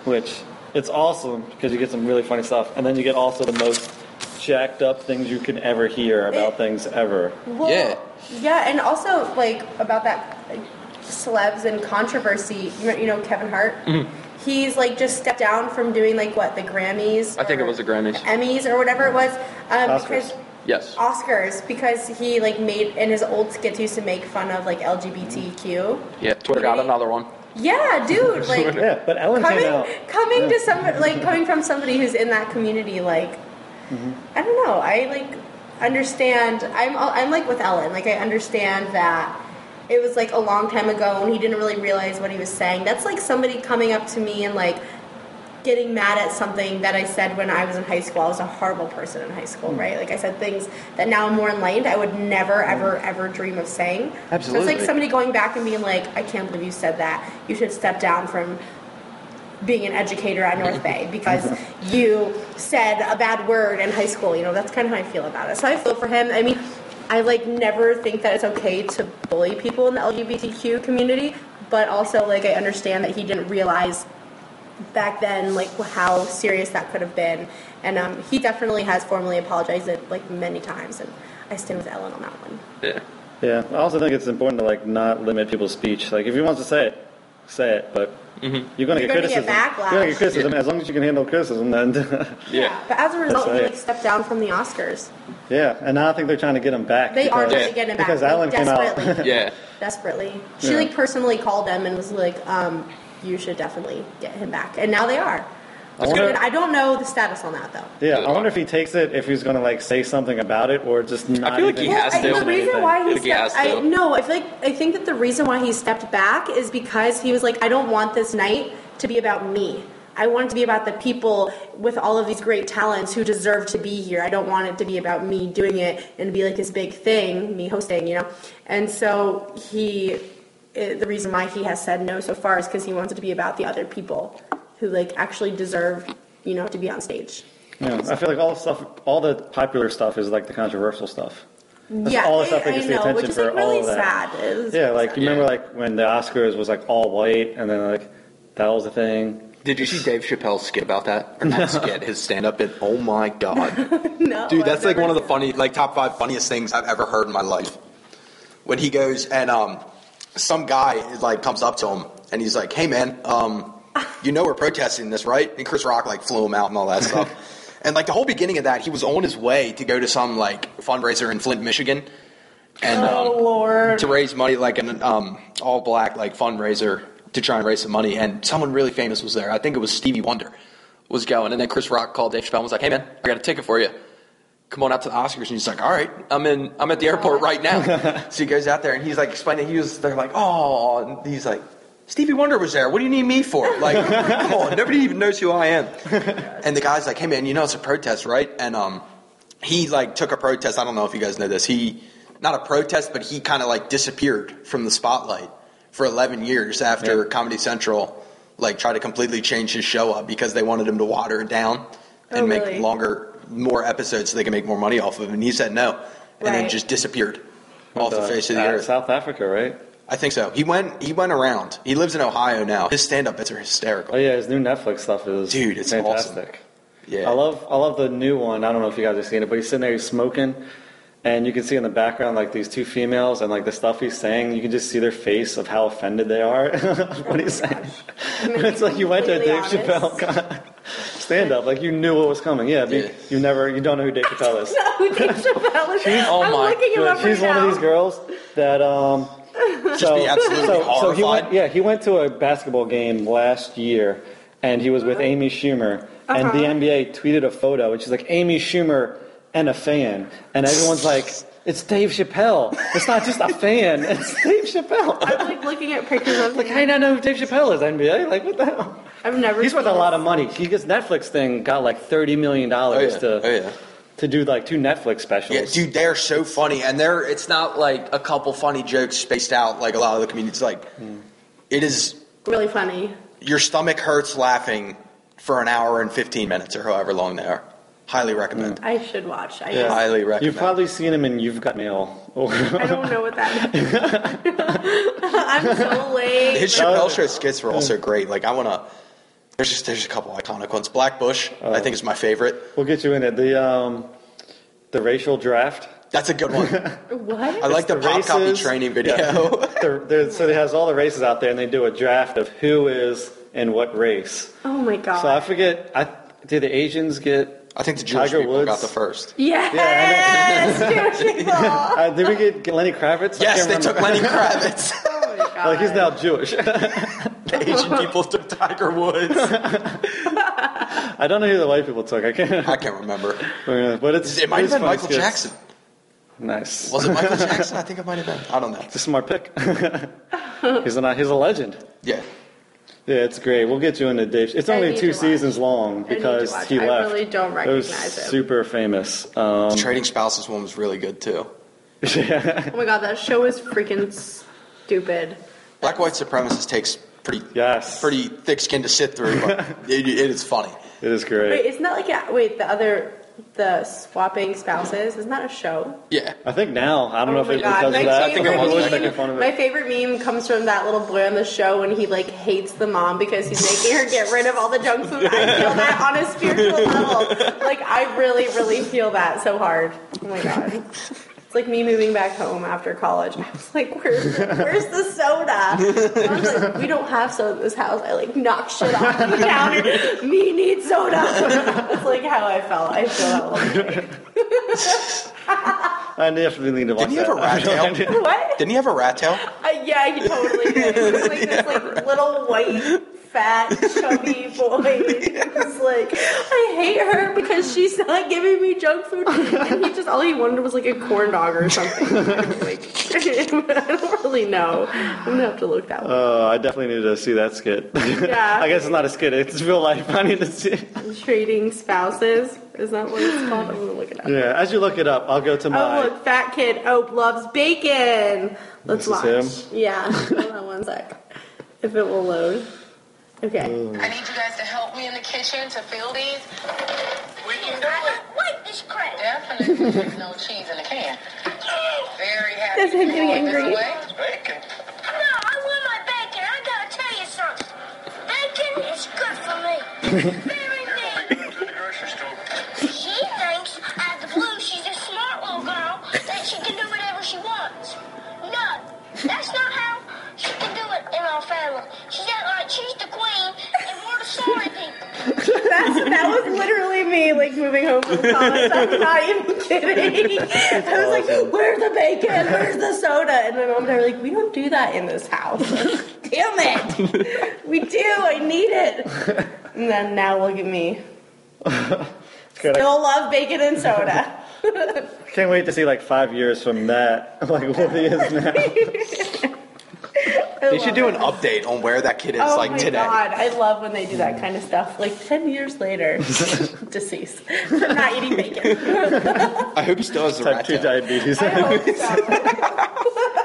S2: which it's awesome because you get some really funny stuff, and then you get also the most jacked up things you can ever hear about things ever.
S3: Well,
S1: Yeah.
S3: yeah, and also like about that like, celebs and controversy. You know, you know Kevin Hart.
S4: Mm-hmm.
S3: He's like just stepped down from doing like what the Grammys.
S4: I think it
S3: or
S4: was the Grammys.
S3: Emmys or whatever it was. Um,
S2: Oscars.
S3: Because
S4: Yes.
S3: Oscars because he like made in his old skits he used to make fun of like LGBTQ.
S4: Yeah. Twitter got another one.
S3: Yeah, dude, like
S2: Yeah, but Ellen
S3: coming
S2: came out.
S3: coming to somebody like coming from somebody who's in that community like
S2: Mm-hmm.
S3: I don't know. I like understand I'm I'm like with Ellen. Like I understand that it was like a long time ago and he didn't really realize what he was saying. That's like somebody coming up to me and like getting mad at something that I said when I was in high school. I was a horrible person in high school, right? Like I said things that now I'm more enlightened. I would never, ever, ever dream of saying. So it's
S1: Absolutely.
S3: like somebody going back and being like, "I can't believe you said that. You should step down from." Being an educator at North Bay because you said a bad word in high school, you know that's kind of how I feel about it. So I feel for him. I mean, I like never think that it's okay to bully people in the LGBTQ community, but also like I understand that he didn't realize back then, like how serious that could have been. And um, he definitely has formally apologized it like many times, and I stand with Ellen on that one.
S4: Yeah.
S2: Yeah, I also think it's important to like not limit people's speech. Like if he wants to say it, say it. But you're gonna
S3: You're
S2: get
S3: gonna
S2: criticism.
S3: get backlash.
S2: You're gonna get criticism as long as you can handle criticism. Then
S4: Yeah.
S3: But as a result,
S2: That's
S3: he
S2: right.
S3: like stepped down from the Oscars.
S2: yeah, and now I think they're trying to get him back.
S3: They are
S2: because-
S3: trying to get him back
S2: because
S3: like,
S2: Ellen came out.
S3: desperately.
S4: Yeah.
S3: Desperately, she
S2: Yeah.
S3: like personally called them and was like, um, "You should definitely get him back." And now they are.
S2: I wonder-
S3: But I don't know the status on that though.
S2: Yeah,
S4: Good.
S2: I wonder if he takes it, if he's going to like say something about it, or just not.
S4: feel like
S2: even-
S4: he has
S3: I-
S4: to.
S3: The reason why he
S4: Like, he has
S3: stepped, I
S4: to.
S3: no, I feel like I think that the reason why he stepped back is because he was like, I don't want this night to be about me. I want it to be about the people with all of these great talents who deserve to be here. I don't want it to be about me doing it and be like this big thing, me hosting, you know. And so he, eh, the reason why he has said no so far is because he wants it to be about the other people who like actually deserve, you know, to be on stage.
S2: Yeah, I feel like all the stuff, all the popular stuff, is like the controversial stuff. That's
S3: yeah,
S2: all the stuff
S3: I-
S2: that
S3: I
S2: gets the
S3: know, which
S2: attention
S3: is
S2: for
S3: like really
S2: all of that.
S3: sad. It was
S2: Yeah, like you
S4: Yeah.
S2: remember like when the Oscars was like all white, and then like that was the thing.
S1: Did you see Dave Chappelle's skit about that? Or not skit, his stand up. And oh my god,
S3: No,
S1: dude, that's
S3: I've
S1: like
S3: never
S1: one of the
S3: seen
S1: funny, like top five funniest things I've ever heard in my life. When he goes and um, some guy is like comes up to him and he's like, "Hey man, um, you know we're protesting this, right?" And Chris Rock like flew him out and all that stuff. and like the whole beginning of that, he was on his way to go to some like fundraiser in Flint, Michigan,
S3: it.
S1: and
S3: Oh
S1: um,
S3: Lord!
S1: to raise money, like an um, all black like fundraiser to try and raise some money. And someone really famous was there. I think it was Stevie Wonder was going. And then Chris Rock called Dave Chappelle and was like, "Hey man, I got a ticket for you. Come on out to the Oscars." And he's like, "All right, I'm in. I'm at the airport right now." so he goes out there and he's like explaining. He was they're like, "Oh," and he's like. Stevie Wonder was there. What do you need me for? Like, come on, nobody even knows who I am. And the guy's like, "Hey man, you know it's a protest, right?" And um, he like took a protest. I don't know if you guys know this. He not a protest, but he kind of like disappeared from the spotlight for 11 years after
S2: Yeah.
S1: Comedy Central like tried to completely change his show up because they wanted him to water it down and
S3: Oh,
S1: make
S3: really?
S1: longer, more episodes so they could make more money off of him. And he said no, and then
S3: Right.
S1: just disappeared off the, face of the
S2: Uh,
S1: earth.
S2: South Africa, right?
S1: I think so. He went. He went around. He lives in Ohio now. His stand-up bits are hysterical.
S2: Oh yeah, his new Netflix stuff is
S1: Dude, it's
S2: fantastic.
S1: Yeah.
S2: I love I love the new one. I don't know if you guys have seen it, but he's sitting there, he's smoking, and you can see in the background like these two females and like the stuff he's saying. You can just see their face of how offended they are of what he's saying. it's like you went to a Dave
S3: Oh Completely honest.
S2: Chappelle stand up, like you knew what was coming. Yeah, be-
S1: Yeah.
S2: you never you don't know who Dave Chappelle is.
S3: No, Dave Chappelle is.
S1: oh
S3: I'm
S1: my
S3: looking him
S2: But
S3: up
S2: she's
S3: right
S2: one
S3: now.
S2: of these girls that um so,
S1: be absolutely
S2: so, so he
S1: horrified.
S2: went, yeah, he went to a basketball game last year, and he was with
S3: Uh-huh.
S2: Amy Schumer, and the NBA tweeted a photo, and she's like, Amy Schumer and a fan, and everyone's like, it's Dave Chappelle. It's not just a fan. It's Dave Chappelle.
S3: I'm like looking at pictures of
S2: Like, how do you not know who Dave Chappelle is? NBA? Like, what the hell?
S3: I've never.
S2: He's worth a
S3: seen
S2: lot
S3: this.
S2: of money. He his Netflix thing got like thirty million dollars
S1: Oh, yeah.
S2: to
S1: Oh, yeah.
S2: to do like two Netflix specials.
S1: Yeah, dude, they're so funny, and they're it's not like a couple funny jokes spaced out like a lot of the comedians. Like, it is
S3: Really funny.
S1: your stomach hurts laughing for an hour and fifteen minutes or however long they are. Highly recommend.
S3: I should watch. I
S2: Yeah.
S3: guess.
S1: Highly recommend.
S2: You've probably seen him in You've Got Mail. Or
S3: I don't know what that means. I'm so late.
S1: His Chappelle show skits were also great. Like, I wanna. There's just there's a couple iconic ones. Black Bush,
S2: Oh.
S1: I think, is my favorite.
S2: we'll get you in it. The um, the racial draft.
S1: That's a good one. I
S3: What?
S1: like the,
S2: the
S1: pop copy
S2: races.
S1: training video.
S2: They're- they're- so it has all the races out there, and they do a draft of who is in what race.
S3: Oh my god.
S2: So I forget. I did the Asians get?
S1: I think the Jewish
S2: Tiger
S1: people
S2: Woods.
S1: got the first.
S3: yes, Jewish people.
S2: Uh, did we get Lenny Kravitz? I
S1: Yes,
S2: can't remember.
S1: they took Lenny Kravitz.
S3: Oh my god.
S2: Like he's now Jewish.
S1: the Asian people took Tiger Woods.
S2: I don't know who the white people took. I can't.
S1: I can't remember.
S2: remember. But it's
S1: It might have
S2: it's
S1: been
S2: funny
S1: Michael
S2: skits.
S1: Jackson.
S2: Nice.
S1: Was it Michael Jackson? I think it might have been. I don't know.
S2: It's a smart pick. he's a he's a legend.
S1: Yeah.
S2: Yeah, it's great. We'll get you into Dave. It's
S3: I
S2: only
S3: need
S2: two
S3: to watch.
S2: seasons long
S3: need to
S2: because
S3: watch.
S2: he
S3: I
S2: left.
S3: really don't
S2: It was
S3: recognize him.
S2: super famous. Um,
S1: Trading Spouses one was really good too.
S3: Oh my god, that show is freaking stupid.
S1: Black White Supremacist takes pretty
S2: Yes.
S1: pretty thick skin to sit through, but it, it is funny.
S2: it is great.
S3: Wait, isn't that like a, wait the other the swapping spouses? Isn't that a show?
S1: Yeah.
S2: I think now I don't know
S3: oh
S2: if
S3: my
S2: it's because
S3: god! My
S2: of that.
S1: think it
S3: favorite,
S1: was
S2: Everyone's
S1: like-
S3: meme,
S2: making fun of it.
S3: my favorite meme comes from that little boy on the show when he like hates the mom because he's making her get rid of all the junk food. I feel that on a spiritual level. Like I really, really feel that so hard. Oh my god. It's like me moving back home after college. I was like, "Where's where's the soda?" I was like, "We don't have soda in this house." I like knock shit off the counter. Me need soda. That's like how I felt. I feel that. Little
S2: I definitely need to watch
S1: Didn't he have a rat
S2: that.
S1: tail?
S3: what?
S1: Didn't he have a rat tail?
S3: Uh, yeah, he totally did. He was like this like little white, fat, chubby boy. He's like, I hate her because she's not giving me junk food. And he just all he wanted was like a corn dog or something. like, I don't really know. I'm gonna have to look that one.
S2: Oh, I definitely need to see that skit.
S3: Yeah.
S2: Uh, I guess it's not a skit. It's real life. I need to see. It.
S3: Trading spouses is that what it's called? I'm gonna look it up.
S2: Yeah. As you look it up, I'll go to my.
S3: Oh look, fat kid. Oh, loves bacon.
S2: This
S3: Let's
S2: is
S3: watch.
S2: him?
S3: Yeah, hold on one sec. If it will load. Okay.
S5: I need you guys to help me in the kitchen to fill these. We can do
S6: I don't like this crap.
S5: Definitely there's no cheese in the can. Very happy.
S3: That's him
S5: to
S3: getting
S5: throw
S3: angry.
S5: it This way.
S6: No, I want my bacon. I gotta tell you something. Bacon is good for She thinks out of the blue she's a smart little girl that she can do whatever she wants. No, that's not how she can do it in our family. She's not like she's the queen and we're the sorry people.
S3: That's, that was literally me, like moving home from college. I'm not even kidding. I was like, "Where's the bacon? Where's the soda?" And my mom and I were like, "We don't do that in this house." Damn it! We do. I need it. And then now look at me.
S2: Good. I
S3: Still love bacon and soda.
S2: can't wait to see like five years from that, like what he is now.
S3: I
S1: They
S3: love
S1: should do
S3: it.
S1: an update on where that kid is
S3: Oh
S1: like
S3: my
S1: today.
S3: god, I love when they do that kind of stuff. Like ten years later, deceased. I'm not eating bacon.
S1: I hope he still has the
S2: Type
S1: rat
S2: two
S1: tail.
S2: diabetes.
S3: I hope so.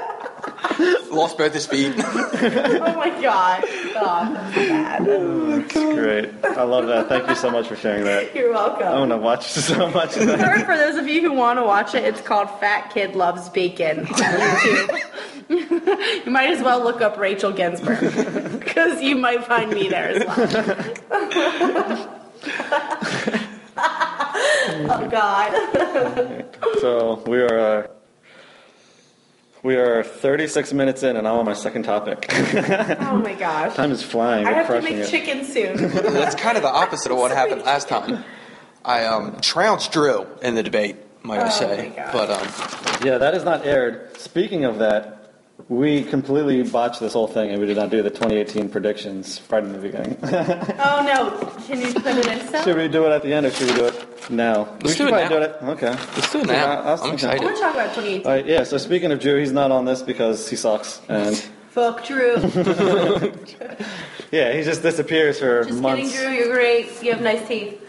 S1: Lost both his feet.
S3: Oh my god. Stop. That's bad.
S2: Great. I love that. Thank you so much for sharing that.
S3: You're welcome.
S2: I want to watch so much of that.
S3: Or for those of you who want to watch it, it's called Fat Kid Loves Bacon on YouTube. you might as well look up Rachel Ginsburg because you might find me there as well. oh God!
S2: So we are uh, we are 36 minutes in, and I'm on my second topic.
S3: Oh my gosh!
S2: Time is flying.
S3: I
S2: We're
S3: have to
S2: crushing
S3: make
S2: it.
S3: chicken soon.
S1: That's kind of the opposite of what happened last time. I um, trounced Drew in the debate, might I
S3: Oh
S1: say.
S3: my God.
S1: But um,
S2: yeah, that is not aired. Speaking of that, we completely botched this whole thing, and we did not do the 2018 predictions right in the beginning.
S3: Oh no! Can you put it in
S2: should
S3: still?
S2: we do it at the end, or should we do it now? we
S4: Let's
S2: should
S4: do it
S2: probably
S4: now.
S2: do it. Okay.
S4: Let's do it
S2: Yeah,
S4: now.
S2: I was
S4: I'm
S2: thinking-
S3: I
S4: excited.
S3: want to talk about 2018.
S2: All right. Yeah. So speaking of Drew, he's not on this because he sucks, and
S3: Fuck Drew.
S2: yeah, he just disappears for
S3: Just
S2: months,
S3: kidding, Drew. You're great. You have nice teeth.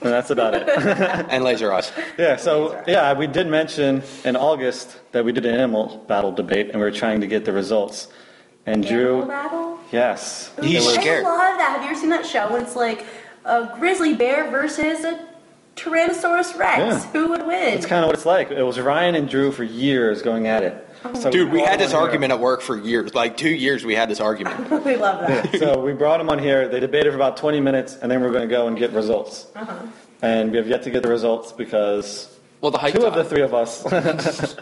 S2: and that's about it.
S1: and laser eyes.
S2: Yeah, so yeah, we did mention in August that we did an animal battle debate and we were trying to get the results. And
S3: Animal
S2: Drew,
S3: battle?
S2: yes,
S1: He's
S3: I
S1: scared.
S3: love that. Have you ever seen that show when it's like a grizzly bear versus a Tyrannosaurus Rex?
S2: Yeah.
S3: Who would win?
S2: that's kind of what it's like. It was Ryan and Drew for years going at it. So
S1: Dude, we
S2: brought
S1: had
S2: him
S1: this
S2: on here.
S1: argument at work for years. Like two years, we had this argument.
S3: we love that.
S2: So we brought him on here. They debated for about 20 minutes, and then we are going to go and get results. And we have yet to get the results because
S4: Well, the hike
S2: two of the
S4: time.
S2: three of us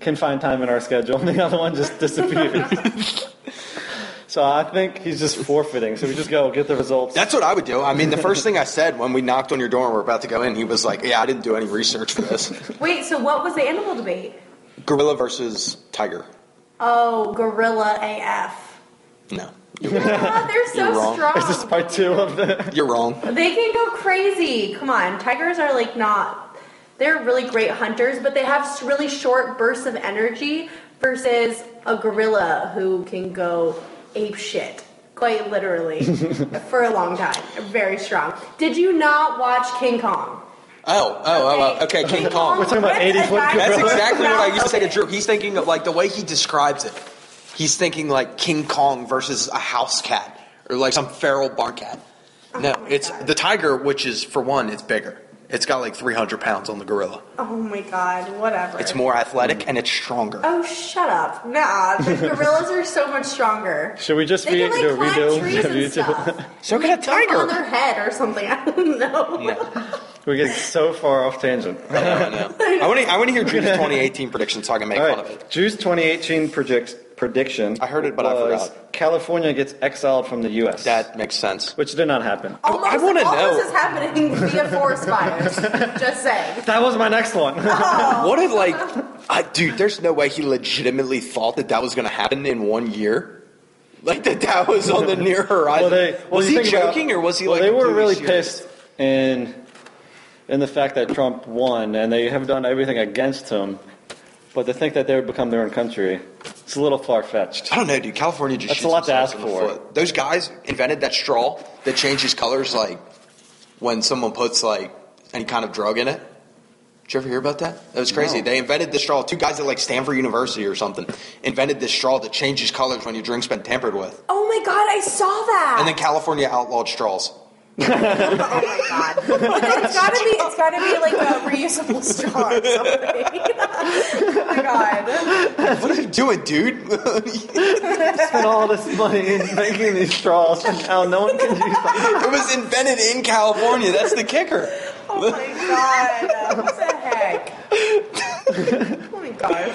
S2: can find time in our schedule, and the other one just disappears. so I think he's just forfeiting. So we just go get the results.
S1: That's what I would do. I mean, the first thing I said when we knocked on your door and we're about to go in, he was like, "Yeah, I didn't do any research for this."
S3: Wait, so what was the animal debate?
S1: Gorilla versus tiger.
S3: Oh, gorilla AF.
S1: No,
S3: Oh, they're
S1: You're
S3: so
S1: wrong.
S3: strong.
S2: Is this part two of the?
S1: you're wrong. Oh,
S3: They can go crazy. Come on, tigers are like not. They're really great hunters, but they have s- really short bursts of energy versus a gorilla who can go ape shit, quite literally, for a long time. Very strong. Did you not watch King Kong?
S1: Oh, oh, oh, oh. okay. King Kong.
S2: talking about
S3: ripped
S2: 80
S3: a
S2: foot
S3: dinosaur
S1: That's exactly what I used to say to
S3: out.
S1: Drew. He's thinking of like the way he describes it. He's thinking like King Kong versus a house cat or like some feral barn cat. No,
S3: Oh my
S1: it's
S3: God.
S1: the tiger, which is for one, it's bigger. It's got like 300 pounds on the gorilla.
S3: Oh my god, whatever.
S1: It's more athletic and it's stronger.
S3: Oh, shut up. Nah, the gorillas are so much stronger.
S2: Should we just
S3: They
S2: re-
S3: can like
S2: do a
S3: climb
S2: redo
S3: trees
S2: of
S3: and
S2: YouTube?
S3: stuff.
S1: So can a
S3: Jump on
S1: tiger.
S3: their head or something. I don't know.
S1: No,
S2: We're getting so far off tangent.
S1: I know, I know. I want to. I want to hear Drew's 2018 prediction so I can make
S2: All
S1: fun of it.
S2: right, Drew's 2018 predict, prediction.
S1: I heard it, but I
S2: was
S1: forgot.
S2: California gets exiled from the U.S.
S1: That makes sense.
S2: which did not happen.
S3: Almost,
S1: I wanna
S3: all
S1: know.
S3: this is happening via forest fires. Just saying. Oh,
S2: That was my next one.
S1: What if like, I, dude? There's no way he legitimately thought that that was going to happen in one year. Like that, that was on the near horizon.
S2: well, they well,
S1: was
S2: you
S1: he
S2: think about-
S1: joking or was he
S2: well,
S1: like?
S2: they were
S1: completely
S2: really
S1: serious?
S2: pissed in in the fact that Trump won, and they have done everything against him. But to think that they would become their own country, it's a little far fetched.
S1: I don't know, dude. California just
S2: That's a
S1: shoots
S2: lot to
S1: themselves
S2: ask
S1: in the
S2: for.
S1: foot. Those guys invented that straw that changes colors, like when someone puts like any kind of drug in it. Did you ever hear about that? That was crazy. They invented this straw. Two guys at like Stanford University or something invented this straw that changes colors when your drink's been tampered with.
S3: Oh my god, I saw that.
S1: And then California outlawed straws.
S3: Oh my god! it's gotta be it's gotta be like a reusable straw or something. oh my god!
S1: What are you doing, dude?
S2: Spent all this money in making these straws, and now no one can use them.
S1: It was invented in California. That's the kicker.
S3: Oh my god! What the heck? oh my god!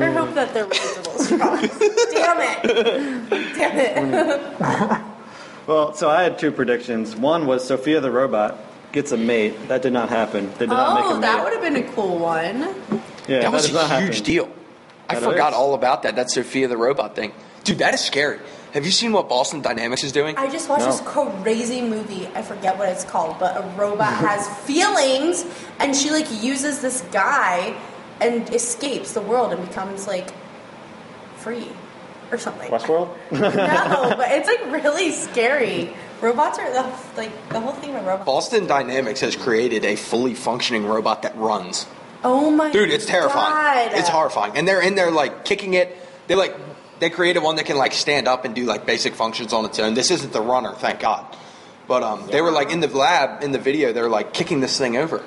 S3: I hope that they're reusable straws. Damn it! Damn it!
S2: Well, so I had two predictions. One was Sophia the robot gets a mate. That did not happen. They did not make a
S3: Oh,
S2: mate.
S3: that would have been a cool one.
S2: yeah,
S4: that was
S2: does
S4: a huge
S2: not happen.
S4: deal. I
S2: That
S4: forgot
S2: is.
S4: all about that. That Sophia the robot thing, dude. That is scary. Have you seen what Boston Dynamics is doing?
S3: I just watched
S2: No.
S3: this crazy movie. I forget what it's called, but a robot has feelings, and she like uses this guy and escapes the world and becomes like free or something.
S2: Westworld.
S3: No, but it's like really scary. Robots are the like the whole thing with robots.
S1: Boston Dynamics has created a fully functioning robot that runs.
S3: Oh my
S1: Dude, it's terrifying.
S3: God.
S1: It's horrifying. And they're in there like kicking it. They like they created one that can like stand up and do like basic functions on its own. This isn't the runner, thank God. But um, they were like in the lab in the video. They're like kicking this thing over,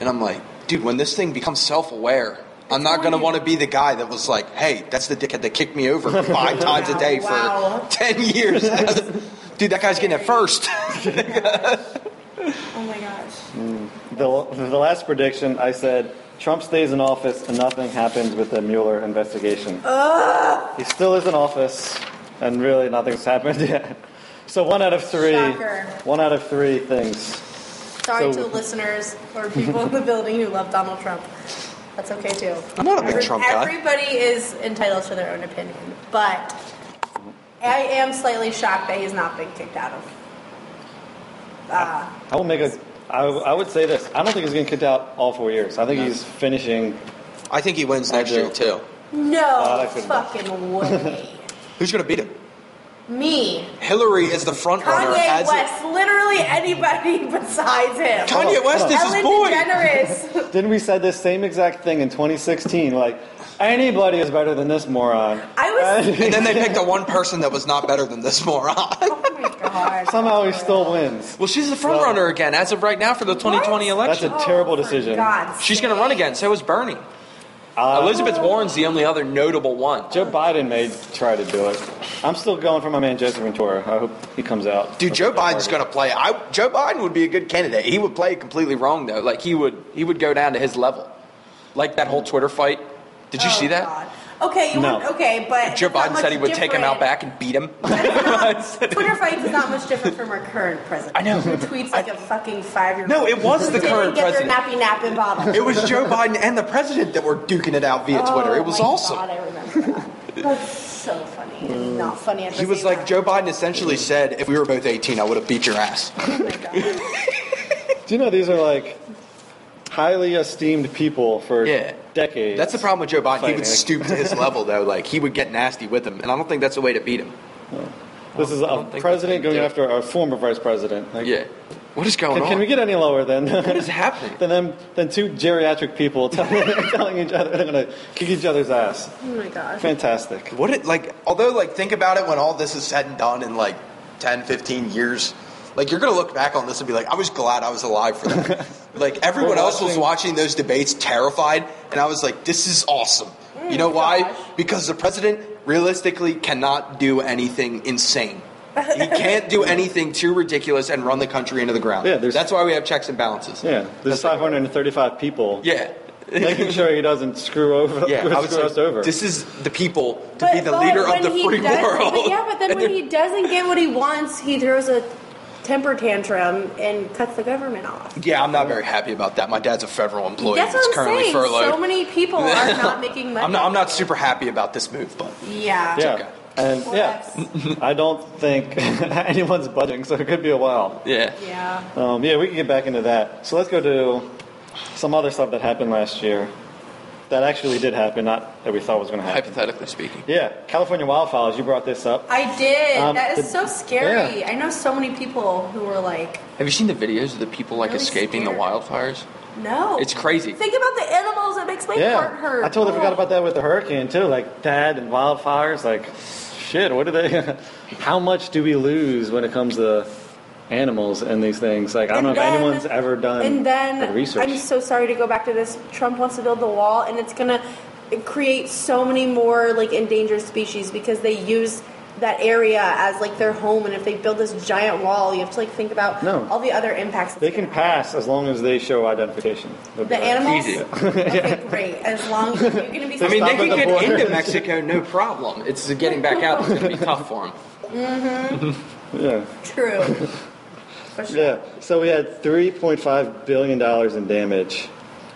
S1: and I'm like, dude, when this thing becomes self-aware, I'm not gonna want to be the guy that was like, hey, that's the dickhead that kicked me over five times a day for
S3: Wow.
S1: ten years. dude, that guy's getting it first.
S3: Oh my gosh.
S2: The, the last prediction I said Trump stays in office and nothing happens with the Mueller investigation. He still is in office and really nothing's happened yet. So one out of three,
S3: Shocker.
S2: one out of three things. So-
S3: Sorry to the listeners or people in the building who love Donald Trump. That's okay too.
S1: I'm not a big Trump guy.
S3: Everybody is entitled to their own opinion, but I am slightly shocked that he's not been kicked out of. Uh,
S2: I will make a. I, I would say this. I don't think he's getting kicked out all four years. I think he's finishing.
S1: I think he wins next
S2: do.
S1: year too.
S3: no
S2: Uh, that could've been-
S3: fucking way.
S1: Who's gonna beat him?
S3: Me,
S1: Hillary is the front runner.
S3: Kanye
S1: as it-
S3: West, literally anybody besides him.
S1: Kanye West is his
S3: Ellen
S1: boy.
S3: DeGeneres.
S2: Didn't we said this same exact thing in 2016? Like anybody is better than this moron.
S3: I was-
S1: And then they picked the one person that was not better than this moron.
S3: oh my god.
S2: Somehow he still wins.
S1: well, she's the front runner again as of right now for the 2020
S3: What?
S1: election.
S2: That's a terrible
S3: for
S2: decision.
S3: God's
S1: she's going to run again. So is Bernie.
S2: Uh,
S1: Elizabeth Warren's the only other notable one.
S2: Joe Biden may try to do it. I'm still going for my man Joseph Ventura. I hope he comes out.
S1: Dude, Joe Biden's going to play. I, Joe Biden would be a good candidate. He would play completely wrong though. Like he would, he would go down to his level. Like that whole Twitter fight. Did you
S3: Oh,
S1: see that?
S3: God. Okay, you
S2: No.
S3: want, okay, but
S1: Joe
S3: it's not
S1: Biden said he
S3: much
S1: would take him
S3: different.
S1: out back and beat him.
S3: Twitter fights is not much different from our current president.
S1: I know.
S3: Who tweets like a fucking five year old.
S1: No, it was the current
S3: get
S1: president.
S3: Their nappy nap in bottle.
S1: it was Joe Biden and the president that were duking it out via Twitter. It was
S3: Oh my
S1: awesome.
S3: God, I remember that. That's so funny. and Not funny at the
S1: He was
S3: same
S1: like,
S3: time.
S1: Joe Biden essentially said, if we were both 18, I would have beat your ass.
S3: Oh my God.
S2: Do you know these are like highly esteemed people for
S1: Yeah.
S2: decades?
S1: That's the problem with Joe Biden. He
S2: Fighting.
S1: would stoop to his level, though. Like, he would get nasty with him. And I don't think that's the way to beat him.
S2: This is
S4: I
S2: a
S4: don't think
S2: president
S4: they
S2: going
S4: do.
S2: after a former vice president. Like,
S4: yeah. What is going
S2: Can,
S4: on?
S2: can we get any lower than
S1: What is happening?
S2: than them than two geriatric people telling, telling each other they're gonna kick each other's ass?
S3: Oh my gosh.
S2: Fantastic.
S1: What it, like, although, like, think about it when all this is said and done in, like, 10, 15 years. Like, you're going to look back on this and be like, I was glad I was alive for that. like, everyone
S2: We're
S1: else was
S2: watching-
S1: watching those debates terrified. And I was like, this is awesome.
S2: Mm,
S1: You know why?
S3: gosh.
S1: Because the president realistically cannot do anything insane. He can't do anything too ridiculous and run the country into the ground.
S2: Yeah, there's-
S1: That's why we have checks and balances.
S2: Yeah, there's
S1: That's like-
S2: 535 people.
S1: Yeah.
S2: making sure he doesn't screw over.
S1: Yeah, I was
S2: screw
S1: like,
S2: us over.
S1: this is the people to
S3: But-
S1: be the
S3: but
S1: leader of
S3: when
S1: the
S3: he
S1: free
S3: does-
S1: world.
S3: But yeah, but then when he doesn't get what he wants, he throws a temper tantrum and cuts the government off.
S1: Yeah, I'm not very happy about that. My dad's a federal employee
S3: That's
S1: that's
S3: what I'm
S1: currently
S3: saying.
S1: furloughed.
S3: So many people are not making money.
S1: I'm not. I'm not super happy about this move, but
S3: Yeah.
S2: yeah.
S1: okay.
S2: And
S3: Well,
S2: yeah, I don't think anyone's budging, so it could be a while.
S4: yeah.
S3: Yeah.
S2: Um, yeah, we can get back into that. So let's go to some other stuff that happened last year that actually did happen, not that we thought was going to happen.
S4: Hypothetically speaking.
S2: Yeah, California wildfires. You brought this up.
S3: I did.
S2: Um,
S3: that is
S2: the-
S3: so scary.
S2: yeah.
S3: I know so many people who were like,
S4: Have you seen the videos of the people like
S3: Really
S4: escaping the
S3: scared.
S4: wildfires?
S3: no.
S4: It's crazy.
S3: Think about the animals. It makes my heart
S2: yeah,
S3: hurt.
S2: I totally forgot
S3: Oh.
S2: about that with the hurricane too. Like dad and wildfires. Like, shit. What do they? how much do we lose when it comes to animals in these things. Like I don't know if anyone's ever done
S3: And
S2: the
S3: then
S2: research.
S3: I'm so sorry to go back to this. Trump wants to build the wall, and it's gonna create so many more like endangered species because they use that area as like their home. And if they build this giant wall, you have to like think about
S2: No.
S3: all the other impacts.
S2: they can pass as long as they show identification. They'll be
S3: The
S2: like-
S3: animals.
S4: Easy.
S3: Okay, great. As long as you're gonna
S4: I
S3: be.
S4: mean, they
S2: Stop
S4: can
S2: at the
S4: get
S2: border.
S4: into Mexico no problem. It's getting back out that's going to be tough for them.
S2: Yeah.
S3: True. But sure.
S2: Yeah. So we had 3.5 billion dollars in damage,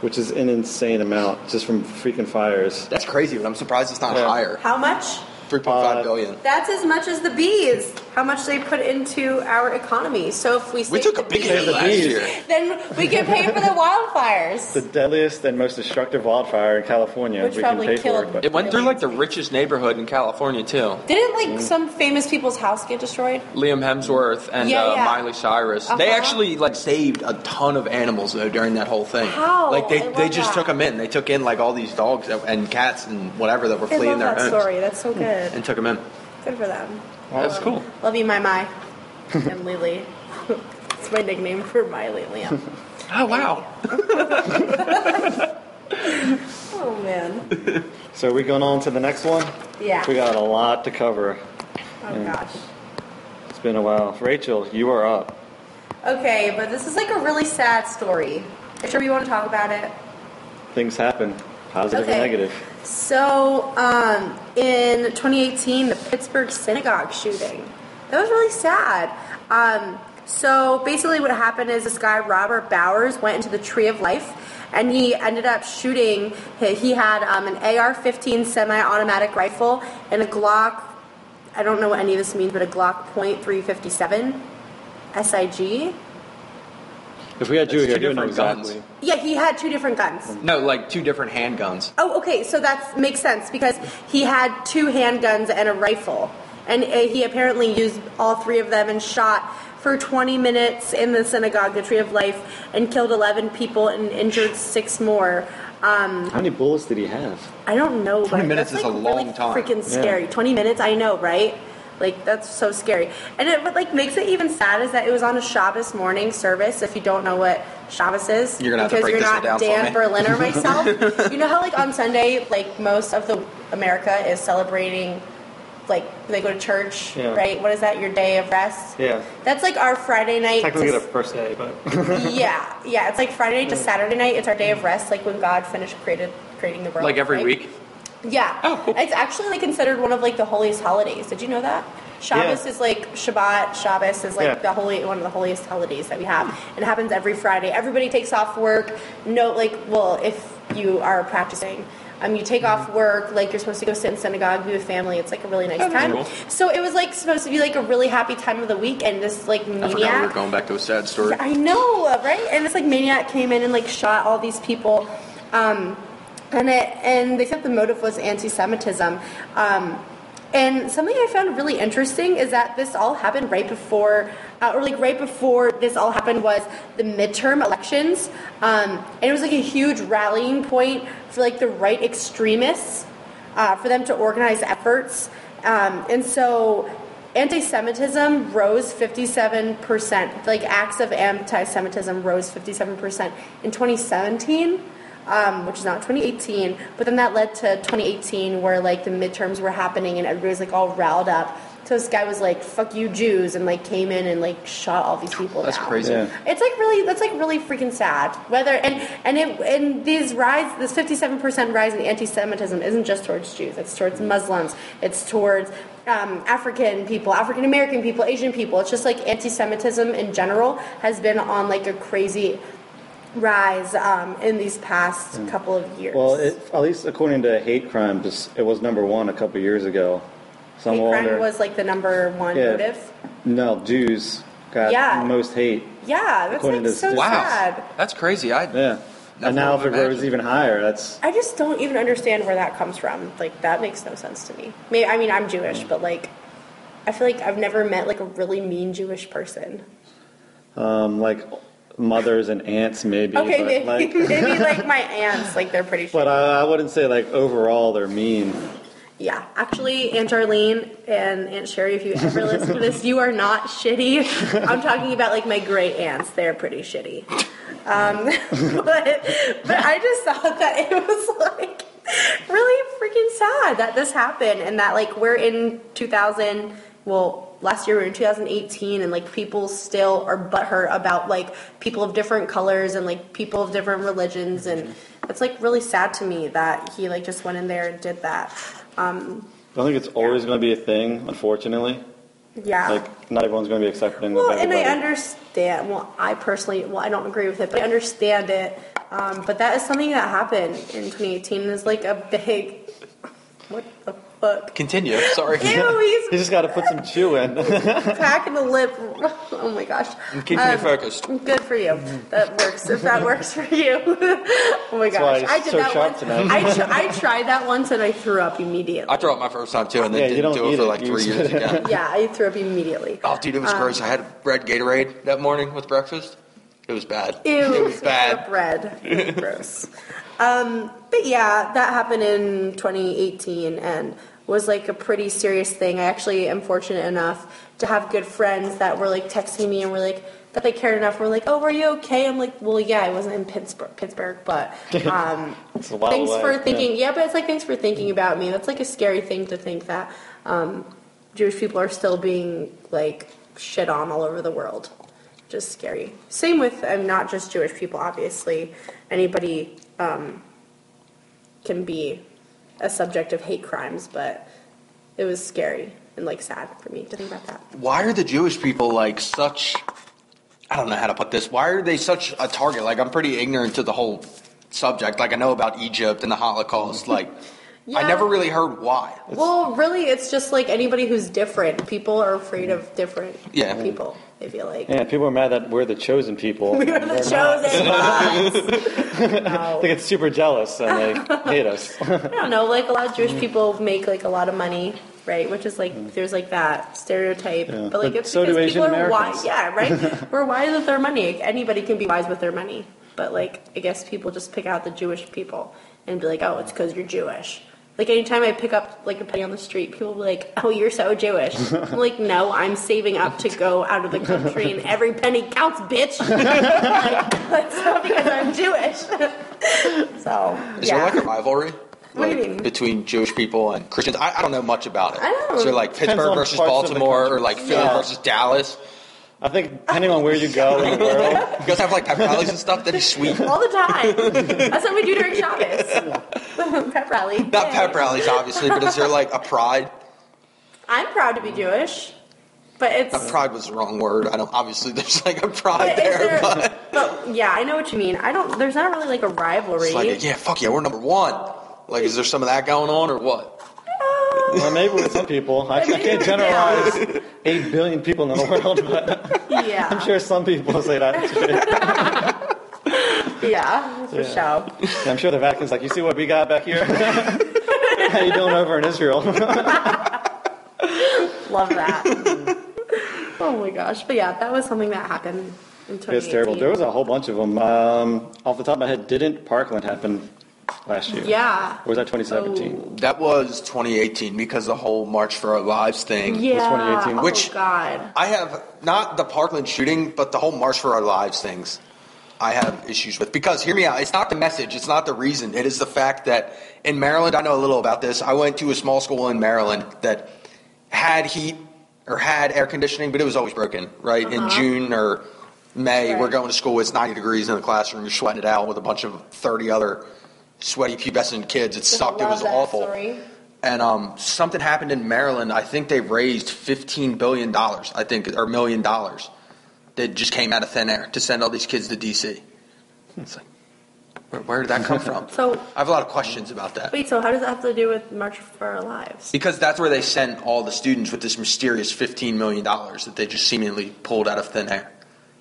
S2: which is an insane amount just from freaking fires.
S1: That's crazy, but I'm surprised it's not
S2: Yeah.
S1: higher.
S3: How much?
S1: Three point five
S2: Uh,
S1: billion.
S3: That's as much as the bees. How much they put into our economy. So if we
S1: We
S3: save
S1: took a
S3: the
S1: big
S3: bees,
S1: hit
S2: the
S1: last
S2: bees.
S1: year.
S3: then we get paid for the wildfires.
S2: The deadliest and most destructive wildfire in California.
S3: Which
S2: we can
S3: probably
S2: pay for
S3: killed-
S2: it, but
S4: It went through like the richest neighborhood in California too.
S3: Didn't like some famous people's house get destroyed?
S4: Liam Hemsworth and
S3: Yeah,
S4: uh,
S3: yeah.
S4: Miley Cyrus. They
S3: Uh-huh.
S4: actually like saved a ton of animals though during that whole thing.
S3: How?
S4: Like
S3: I
S4: they,
S3: love
S4: they just
S3: that.
S4: took them in. They took in like all these dogs that- and cats and whatever that were
S3: I
S4: fleeing
S3: love
S4: their
S3: that
S4: homes
S3: story. That's so good.
S1: Mm.
S4: and took them in.
S3: Good for them.
S4: That's cool.
S3: Love you, my my, and Lily. It's my nickname for Miley Liam.
S4: Oh wow.
S3: Oh man.
S2: So are we going on to the next one?
S3: Yeah.
S2: We got a lot to cover.
S3: Oh gosh.
S2: It's been a while. Rachel, you are up.
S3: Okay, but this is like a really sad story. Are sure you want to talk about it?
S2: Things happen, positive
S3: Okay.
S2: and negative.
S3: So, um, in 2018, the Pittsburgh synagogue shooting. That was really sad. Um, so, basically, what happened is this guy, Robert Bowers, went into the Tree of Life and he ended up shooting. He he had um, an AR 15 semi automatic rifle and a Glock, I don't know what any of this means, but a Glock .357 SIG.
S2: If we had you
S4: That's
S2: here,
S4: two
S2: you would know
S4: different guns.
S2: exactly.
S3: Yeah, he had two different guns.
S4: No, like two different handguns.
S3: Oh, okay. So that makes sense because he had two handguns and a rifle, and uh, he apparently used all three of them and shot for 20 minutes in the synagogue, the Tree of Life, and killed 11 people and injured six more. Um,
S2: How many bullets did he have?
S3: I don't know.
S1: 20
S3: but
S1: minutes
S3: that's,
S1: is
S3: like,
S1: a
S3: really
S1: long time.
S3: Freaking scary. 20 minutes. I know, right? Like that's so scary. And it what like makes it even sad is that it was on a Shabbos morning service. If you don't know what Shabbos is,
S1: You're gonna have to
S3: because
S1: break
S3: you're
S1: this
S3: not
S1: down for
S3: Dan
S1: me.
S3: Berlin or myself. you know how like on Sunday, like most of the America is celebrating, like they go to church,
S2: Yeah.
S3: right? What is that? Your day of rest.
S2: Yeah.
S3: That's like our Friday night.
S2: Technically the
S3: to-
S2: first day, but
S3: yeah, yeah. It's like Friday to Saturday night. It's our day of rest, like when God finished created creating the world.
S4: Like every
S3: right?
S4: week.
S3: Yeah.
S4: Oh,
S3: It's actually like considered one of like the holiest holidays. Did you know that? Shabbos
S2: Yeah.
S3: is like Shabbat. Shabbos is like
S2: Yeah.
S3: the holy one of the holiest holidays that we have. It happens every Friday. Everybody takes off work. No, like well, if you are practicing, um, you take
S4: Mm-hmm.
S3: off work. Like you're supposed to go sit in synagogue, be with family. It's like a really nice time.
S4: Oh, cool.
S3: So it was like supposed to be like a really happy time of the week, and this like
S4: I
S3: maniac.
S4: forgot we were going back to a sad story.
S3: I know, right? And this like maniac came in and like shot all these people, um, and it and they said the motive was anti-Semitism. Um, and something I found really interesting is that this all happened right before, uh, or like right before this all happened was the midterm elections, um, and it was like a huge rallying point for like the right extremists uh, for them to organize efforts. Um, and so anti Semitism rose 57%, like acts of anti Semitism rose 57% in 2017. Um, which is not 2018, but then that led to 2018 where like the midterms were happening and everybody was like all riled up. So this guy was like, "Fuck you, Jews," and like came in and like shot all these people.
S4: That's
S3: down.
S4: crazy.
S2: Yeah.
S3: It's like really that's like really freaking sad. Whether and and it and these rise this fifty seven percent rise in anti Semitism isn't just towards Jews. It's towards Muslims. It's towards um, African people, African American people, Asian people. It's just like anti Semitism in general has been on like a crazy rise um, in these past couple of years.
S2: Hmm. well, it, at least according to hate crimes, it was number one a couple years ago. So I'm
S3: Hate
S2: wondering-
S3: crime was like the number one
S2: Yeah.
S3: motive.
S2: No, Jews got
S3: Yeah.
S2: most hate.
S3: Yeah, that's
S2: According
S3: like
S2: to
S3: so
S2: this-
S4: Wow.
S3: sad.
S4: That's crazy. I
S2: Yeah. and
S4: That's
S2: now
S4: what
S2: if
S4: I
S2: it goes
S4: imagine.
S2: even higher, that's
S3: I just don't even understand where that comes from. Like that makes no sense to me. Maybe I mean I'm Jewish, but like I feel like I've never met like a really mean Jewish person.
S2: um, like mothers and aunts maybe.
S3: Okay,
S2: but,
S3: maybe
S2: like,
S3: maybe like my aunts, like they're pretty.
S2: but I, I wouldn't say like overall they're mean.
S3: Yeah, actually, Aunt Charlene and Aunt Sherry, if you ever listen to this, you are not shitty. I'm talking about like my great aunts; they're pretty shitty. Um, but but I just thought that it was like really freaking sad that this happened, and that like we're in 2000. Well, last year we were in 2018, and like people still are butthurt about like people of different colors and like people of different religions, and it's like really sad to me that he like just went in there and did that. Um,
S2: I don't think it's always going to be a thing, unfortunately.
S3: yeah.
S2: Like, not everyone's going to be accepting
S3: Well,
S2: of
S3: and I
S2: everybody.
S3: understand. Well, I personally, well, I don't agree with it, but I understand it. Um, but that is something that happened in 2018. Is like a big, what the fuck?
S1: Continue. Sorry.
S3: Ew,
S2: you
S3: he's
S2: just got to put some chew in.
S3: cracking the lip. Oh my gosh.
S1: I'm keeping you focused.
S3: Good for you. That works. If that works for you. oh my
S2: why
S3: gosh.
S2: it's
S3: I did
S2: so
S3: that
S2: sharp
S3: once.
S2: tonight.
S3: I, tr- I tried that once and I threw up immediately.
S1: I threw up my first time too, and then
S2: Yeah, you
S1: didn't
S2: don't
S1: do
S2: eat
S1: it for
S2: it,
S1: like
S2: you
S1: three
S2: just-
S1: years again.
S3: Yeah, I threw up immediately.
S1: Oh, dude, it was
S2: Um,
S1: gross. I had red Gatorade that morning with breakfast. It was bad.
S3: Ew,
S1: It was
S3: syrup
S1: bad.
S3: Red, gross. Um, but yeah, that happened in 2018 and was like a pretty serious thing. I actually am fortunate enough to have good friends that were like texting me and were like that they cared enough. Were like, "Oh, were you okay?" I'm like, "Well, yeah, I wasn't in Pittsburgh, Pittsburgh, but um,
S2: It's a wild
S3: thanks
S2: way,
S3: for
S2: yeah.
S3: thinking." Yeah. but it's like thanks for thinking about me. That's like a scary thing to think that um, Jewish people are still being like shit on all over the world. Just scary. Same with um, not just Jewish people, obviously. Anybody um, can be a subject of hate crimes, but it was scary and like sad for me to think about that.
S1: Why are the Jewish people like such? I don't know how to put this. Why are they such a target? Like, I'm pretty ignorant to the whole subject. Like, I know about Egypt and the Holocaust. Like, I
S3: Yeah.
S1: never really heard why.
S3: well, really, it's just like anybody who's different. People are afraid of different
S1: Yeah.
S3: people. I feel like
S2: Yeah, people are mad that we're the chosen people.
S3: we were the chosen ones.
S2: They get super jealous and they hate us.
S3: I don't know, like a lot of Jewish
S2: Mm.
S3: people make like a lot of money, right? Which is like there's like that stereotype,
S2: Yeah.
S3: but like
S2: But
S3: it's
S2: so do
S3: because
S2: Asian
S3: people are
S2: Americans.
S3: wise. Yeah, right. We're wise with our money. Like, anybody can be wise with their money, but like I guess people just pick out the Jewish people and be like, oh, it's because you're Jewish. Like anytime I pick up like a penny on the street, people will be like, "Oh, you're so Jewish." I'm like, "No, I'm saving up to go out of the country, and every penny counts, bitch." That's not because I'm Jewish. so
S1: Is
S3: yeah.
S1: there like a rivalry?
S3: What do
S1: Like
S3: you mean?
S1: between Jewish people and Christians, I, I don't know much about it.
S3: I don't-
S1: So like
S2: Depends
S1: Pittsburgh
S2: on
S1: versus
S2: parts of the
S1: Baltimore, or
S2: country.
S1: like Philly
S2: Yeah.
S1: versus Dallas.
S2: I think depending on where you go in the world,
S1: You guys have like pep rallies and stuff. That'd be sweet.
S3: All the time. That's what we do during Shabbos. pep rally.
S1: Not
S3: Yay.
S1: pep rallies, obviously, but is there like a pride?
S3: I'm proud to be Jewish, but it's.
S1: Not pride was the wrong word. I don't. Obviously, there's like a
S3: but
S1: pride
S3: is
S1: there,
S3: there-
S1: but
S3: but, yeah, I know what you mean. I don't. There's not really like a rivalry.
S1: it's like, a, yeah, fuck yeah, we're number one. Like, is there some of that going on or what?
S3: Uh,
S2: well, maybe with some people. I can't generalize 8 billion people in the world, but
S3: yeah.
S2: I'm sure some people say that.
S3: Yeah, for
S2: Yeah.
S3: sure.
S2: I'm sure the Vatican's like, you see what we got back here? How you doing over in Israel?
S3: Love that.
S1: Mm-hmm.
S3: oh my gosh. But yeah, that was something that happened in 2018.
S2: It's terrible. There was a whole bunch of them. Um, off the top of my head, didn't Parkland happen last year?
S3: Yeah.
S2: Or was that 2017?
S3: Oh,
S1: That was 2018 because the whole March for Our Lives thing.
S3: yeah.
S2: 2018.
S3: Oh,
S1: Which-
S3: God.
S1: I have not the Parkland shooting, but the whole March for Our Lives things. I have issues with because hear me out. It's not the message. It's not the reason. It is the fact that in Maryland, I know a little about this. I went to a small school in Maryland that had heat or had air conditioning, but it was always broken. Right in June or May, we're
S3: Uh-huh. Right.
S1: going to school. It's ninety degrees in the classroom. You're sweating it out with a bunch of thirty other sweaty pubescent kids. It sucked. It
S3: Love
S1: was
S3: that
S1: awful
S3: story.
S1: and um, something happened in Maryland. I think they raised fifteen billion dollars. I think or million dollars. That just came out of thin air to send all these kids to DC. It's like, where, where did that come from?
S3: So-
S1: I have a lot of questions about that
S3: Wait, so how does that have to do with March for Our Lives?
S1: because that's where they sent all the students with this mysterious fifteen million dollars that they just seemingly pulled out of thin air.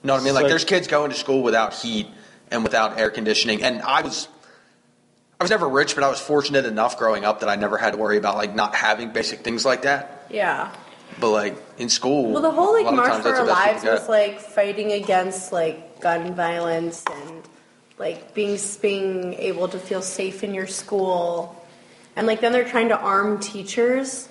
S1: You know what I mean? Like
S2: So-
S1: there's kids going to school without heat and without air conditioning. And I was, I was never rich, but I was fortunate enough growing up that I never had to worry about like not having basic things like that.
S3: Yeah.
S1: But like in school,
S3: Well, the whole
S1: a lot
S3: like
S1: of
S3: March
S1: times
S3: for
S1: that's
S3: Our
S1: the best you
S3: Lives
S1: can
S3: was
S1: get.
S3: like fighting against like gun violence and like being being able to feel safe in your school and like then they're trying to arm teachers.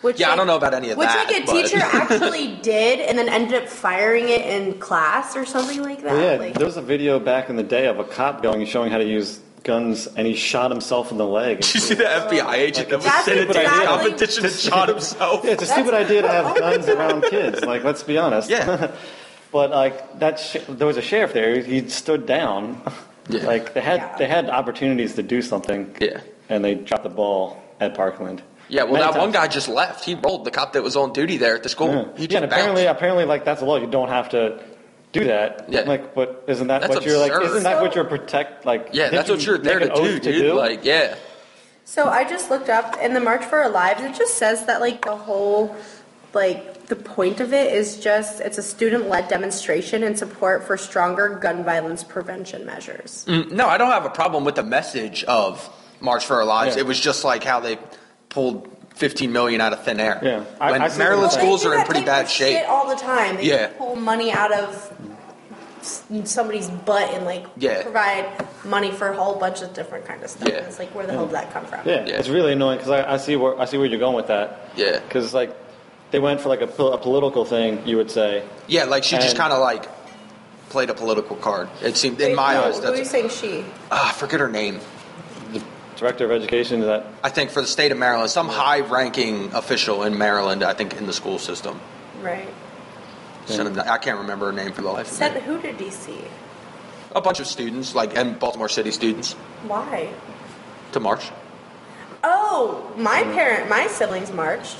S3: Which
S1: Yeah, I
S3: like-
S1: don't know about any of
S3: which,
S1: that,
S3: Which like a
S1: but-
S3: teacher actually did, and then ended up firing it in class or something like that.
S2: Well, Oh, yeah,
S3: like,
S2: there was a video back in the day of a cop going and showing how to use guns, and he shot himself in the leg.
S1: Did you see the FBI agent that was
S3: That's
S1: sent into
S3: exactly-
S1: the competition and shot himself?
S2: Yeah, it's a stupid idea to have guns around kids. Like, let's be honest.
S1: Yeah.
S2: but like that, sh- there was a sheriff there. He stood down.
S1: Yeah.
S2: Like they had
S3: Yeah.
S2: they had opportunities to do something.
S1: Yeah.
S2: And they dropped the ball at Parkland.
S1: Yeah, well,
S2: Many
S1: that one
S2: times.
S1: guy just left. He rolled the cop that was on duty there at the school.
S2: Yeah.
S1: Oh, He just
S2: Yeah, and apparently, uh,
S1: bounced.
S2: apparently, like that's a law. You don't have to do that.
S1: Yeah.
S2: Like, but isn't that
S1: That's
S2: what you're like?
S1: absurd.
S2: Isn't that
S3: So-
S2: what you're protect? Like,
S1: Yeah,
S2: didn't
S1: that's what
S2: you
S1: you're
S2: make
S1: there
S2: an
S1: to
S2: oath
S1: do, dude. Like, yeah.
S3: So I just looked up in the March for Our Lives. It just says that like the whole, like the point of it is just it's a student-led demonstration in support for stronger gun violence prevention measures.
S1: Mm, No, I don't have a problem with the message of March for Our Lives.
S2: Yeah.
S1: It was just like how they pulled 15 million out of thin air.
S2: Yeah. I-
S1: when
S2: I see
S1: Maryland
S2: what you're
S1: schools
S3: They do
S1: are in
S3: that
S1: pretty
S3: type
S1: bad
S3: of
S1: shape.
S3: Shit all the time. They
S1: Yeah.
S3: pull money out of s- somebody's butt and like
S1: Yeah.
S3: provide money for a whole bunch of different kind of stuff.
S1: Yeah.
S3: It's like where the hell did that come from?
S2: Yeah,
S1: Yeah.
S2: it's really annoying because I, I see where I see where you're going with that.
S1: Yeah.
S2: because like they went for like a, pol- a political thing, you would say.
S1: Yeah, like she just
S2: And-
S1: kind of like played a political card. It seemed in
S3: Wait,
S1: my
S3: who-
S1: eyes.
S3: who are you
S1: That's
S3: saying she?
S1: Ah, I forget her name.
S2: The director of education is that
S1: I think for the state of Maryland, some high-ranking official in Maryland. I think in the school system.
S3: Right.
S1: Sent him- I can't remember her name for the life of
S3: Sent
S1: me.
S3: who to DC?
S1: A bunch of students, like and Baltimore City students,
S3: Why?
S1: to march.
S3: Oh, my
S1: Mm-hmm.
S3: parent, my siblings marched.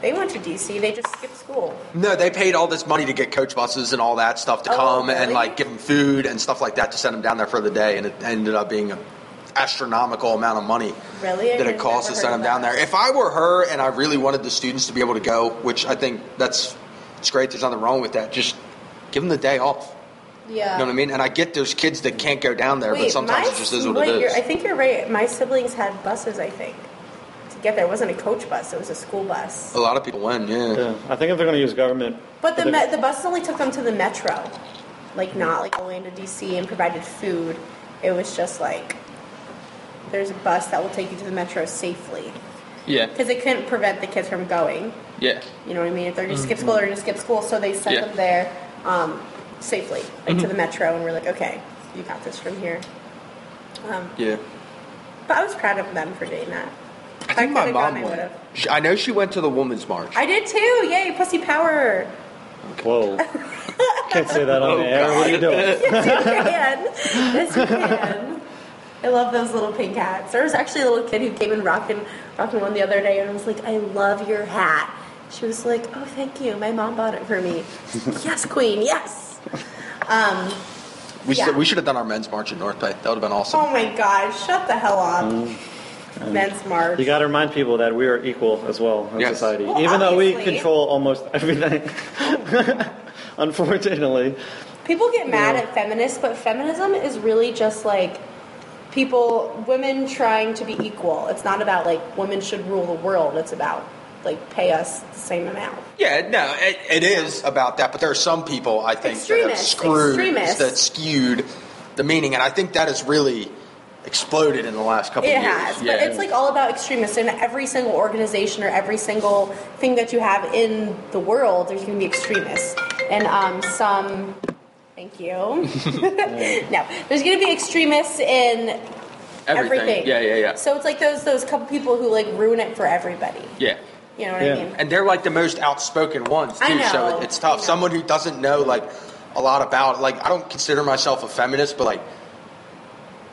S3: They went to DC. They just skipped school.
S1: No, they paid all this money to get coach buses and all that stuff to
S3: Oh,
S1: come and
S3: really?
S1: like give them food and stuff like that to send them down there for the day, and it ended up being an astronomical amount of money
S3: Really? I
S1: that it
S3: have
S1: cost to
S3: never
S1: send
S3: heard
S1: them
S3: of
S1: down
S3: that.
S1: there. If I were her and I really wanted the students to be able to go, which I think that's it's great. There's nothing wrong with that. Just give them the day off.
S3: Yeah.
S1: You know what I mean? And I get there's kids that can't go down there, but sometimes
S3: my-
S1: it just is what
S3: wait,
S1: it
S3: you're- I
S1: is.
S3: think you're right. My siblings had buses. I think to get there it wasn't a coach bus. It was a school bus.
S1: A lot of people win, yeah.
S2: yeah. I think if they're going to use government,
S3: But the
S2: they-
S3: me- the buses only took them to the metro, like not like all the way into DC and provided food. It was just like there's a bus that will take you to the metro safely
S7: Yeah,
S3: because they couldn't prevent the kids from going.
S7: yeah.
S3: You know what I mean? If they're going to skip school, they're going to skip school. So they sent
S7: Yeah.
S3: them there um, safely, like to the metro, and we're like, okay, you got this from here. Um,
S1: Yeah.
S3: But I was proud of them for doing that.
S1: I think my
S3: could've gone,
S1: mom
S3: I
S1: went.
S3: would've.
S1: She- I know she went to the women's march.
S3: I did too. Yay, pussy power.
S2: whoa, can't say that on the air. What are you doing?
S3: Yes, you can. Yes, you can. I love those little pink hats. There was actually a little kid who came in rocking, rocking one the other day, and I was like, "I love your hat." She was like, "Oh, thank you. My mom bought it for me." yes, queen. Yes. Um,
S1: we,
S3: yeah.
S1: should, we should have done our men's march in North Bay. That would have been awesome.
S3: oh my God! Shut the hell up. Men's march.
S2: Mm. You got to remind people that we are equal as well in
S1: Yes.
S2: society,
S3: Well,
S2: even though we
S3: obviously.
S2: control almost everything. Unfortunately,
S3: People get mad at feminists, but feminism is really just like people, women trying to be equal. It's not about like women should rule the world. It's about like pay us the same amount.
S1: Yeah, no, it, it is about that, but there are some people I think that have
S3: Extremists,
S1: screwed
S3: extremists.
S1: that skewed the meaning, and I think that has really exploded in the last couple
S3: It
S1: of years.
S3: has, but
S1: yeah.
S3: it's like all about extremists. In every single organization or every single thing that you have in the world, there's going to be extremists, and um, some. Thank you. no, there's going to be extremists in everything.
S7: Yeah, yeah, yeah.
S3: So it's like those those couple people who like ruin it for everybody.
S7: Yeah.
S3: You know what
S2: Yeah.
S3: I mean?
S1: and they're like the most outspoken ones too.
S3: I know,
S1: So it, it's
S3: I
S1: tough.
S3: know.
S1: Someone who doesn't know like a lot about like I don't consider myself a feminist, but like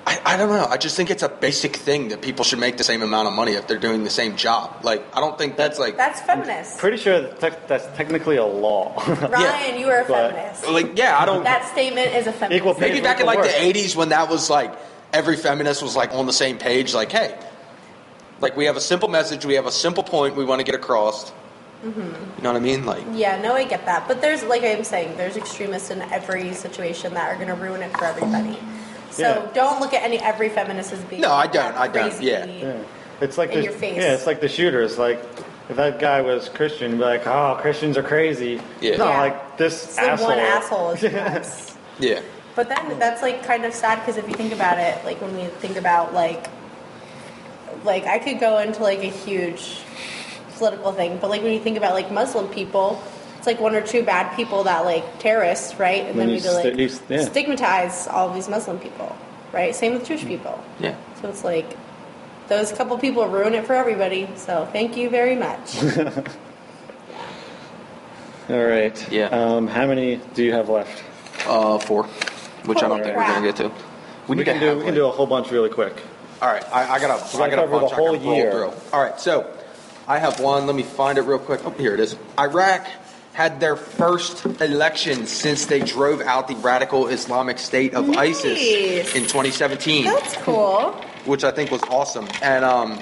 S1: I, I don't know. I just think it's a basic thing that people should make the same amount of money if they're doing the same job. Like I don't think that's like
S3: That's feminist.
S2: pretty sure that tec- that's technically a law.
S3: Ryan, you are a
S2: But-
S3: feminist.
S1: like yeah. I don't.
S3: That statement is a feminist.
S2: Equal pay.
S1: Maybe back in like
S2: Work.
S1: the '80s when that was like every feminist was like on the same page. Like hey, like we have a simple message. We have a simple point we want to get across.
S3: Mm-hmm.
S1: You know what I mean? Like
S3: Yeah, no, I get that. But there's, like I'm saying, there's extremists in every situation that are going to ruin it for everybody. So
S2: Yeah.
S3: don't look at any every feminist as being.
S1: No, I don't, I don't,
S3: crazy.
S1: yeah.
S2: Yeah. It's like
S3: In
S2: the,
S3: your face.
S2: Yeah, it's like the shooters. Like if that guy was Christian, you'd be like, oh, Christians are crazy.
S1: Yeah.
S2: No,
S3: Yeah.
S2: like this
S3: It's like
S2: asshole.
S3: one asshole is nuts.
S1: yeah.
S3: But then that's like kind of sad because if you think about it, like when we think about like like I could go into like a huge political thing, but like when you think about like Muslim people, it's like one or two bad people that like terrorists, right? And
S2: Then
S3: then
S2: you
S3: we do like
S2: sti- you s- yeah.
S3: stigmatize all these Muslim people, right? Same with Jewish
S2: Mm.
S3: people.
S1: Yeah.
S3: So it's like those couple people ruin it for everybody. So thank you very much.
S2: All right.
S1: Yeah.
S2: Um, how many do you have left?
S1: Uh, four, which I don't
S3: Holy
S1: think
S3: crap.
S1: we're gonna get to.
S2: We,
S1: need
S2: can
S1: to
S2: do
S1: have,
S2: we
S1: like-
S2: can do a whole bunch really quick.
S1: All right, I, I got a,
S2: We're
S1: I
S2: gonna
S1: got a
S2: cover
S1: bunch
S2: the
S1: I gotta
S2: whole
S1: roll
S2: year.
S1: through. All right, so I have one. Let me find it real quick. Oh, here it is. Iraq had their first election since they drove out the radical Islamic State of ISIS
S3: Nice.
S1: in 2017,
S3: That's cool.
S1: which I think was awesome. And um,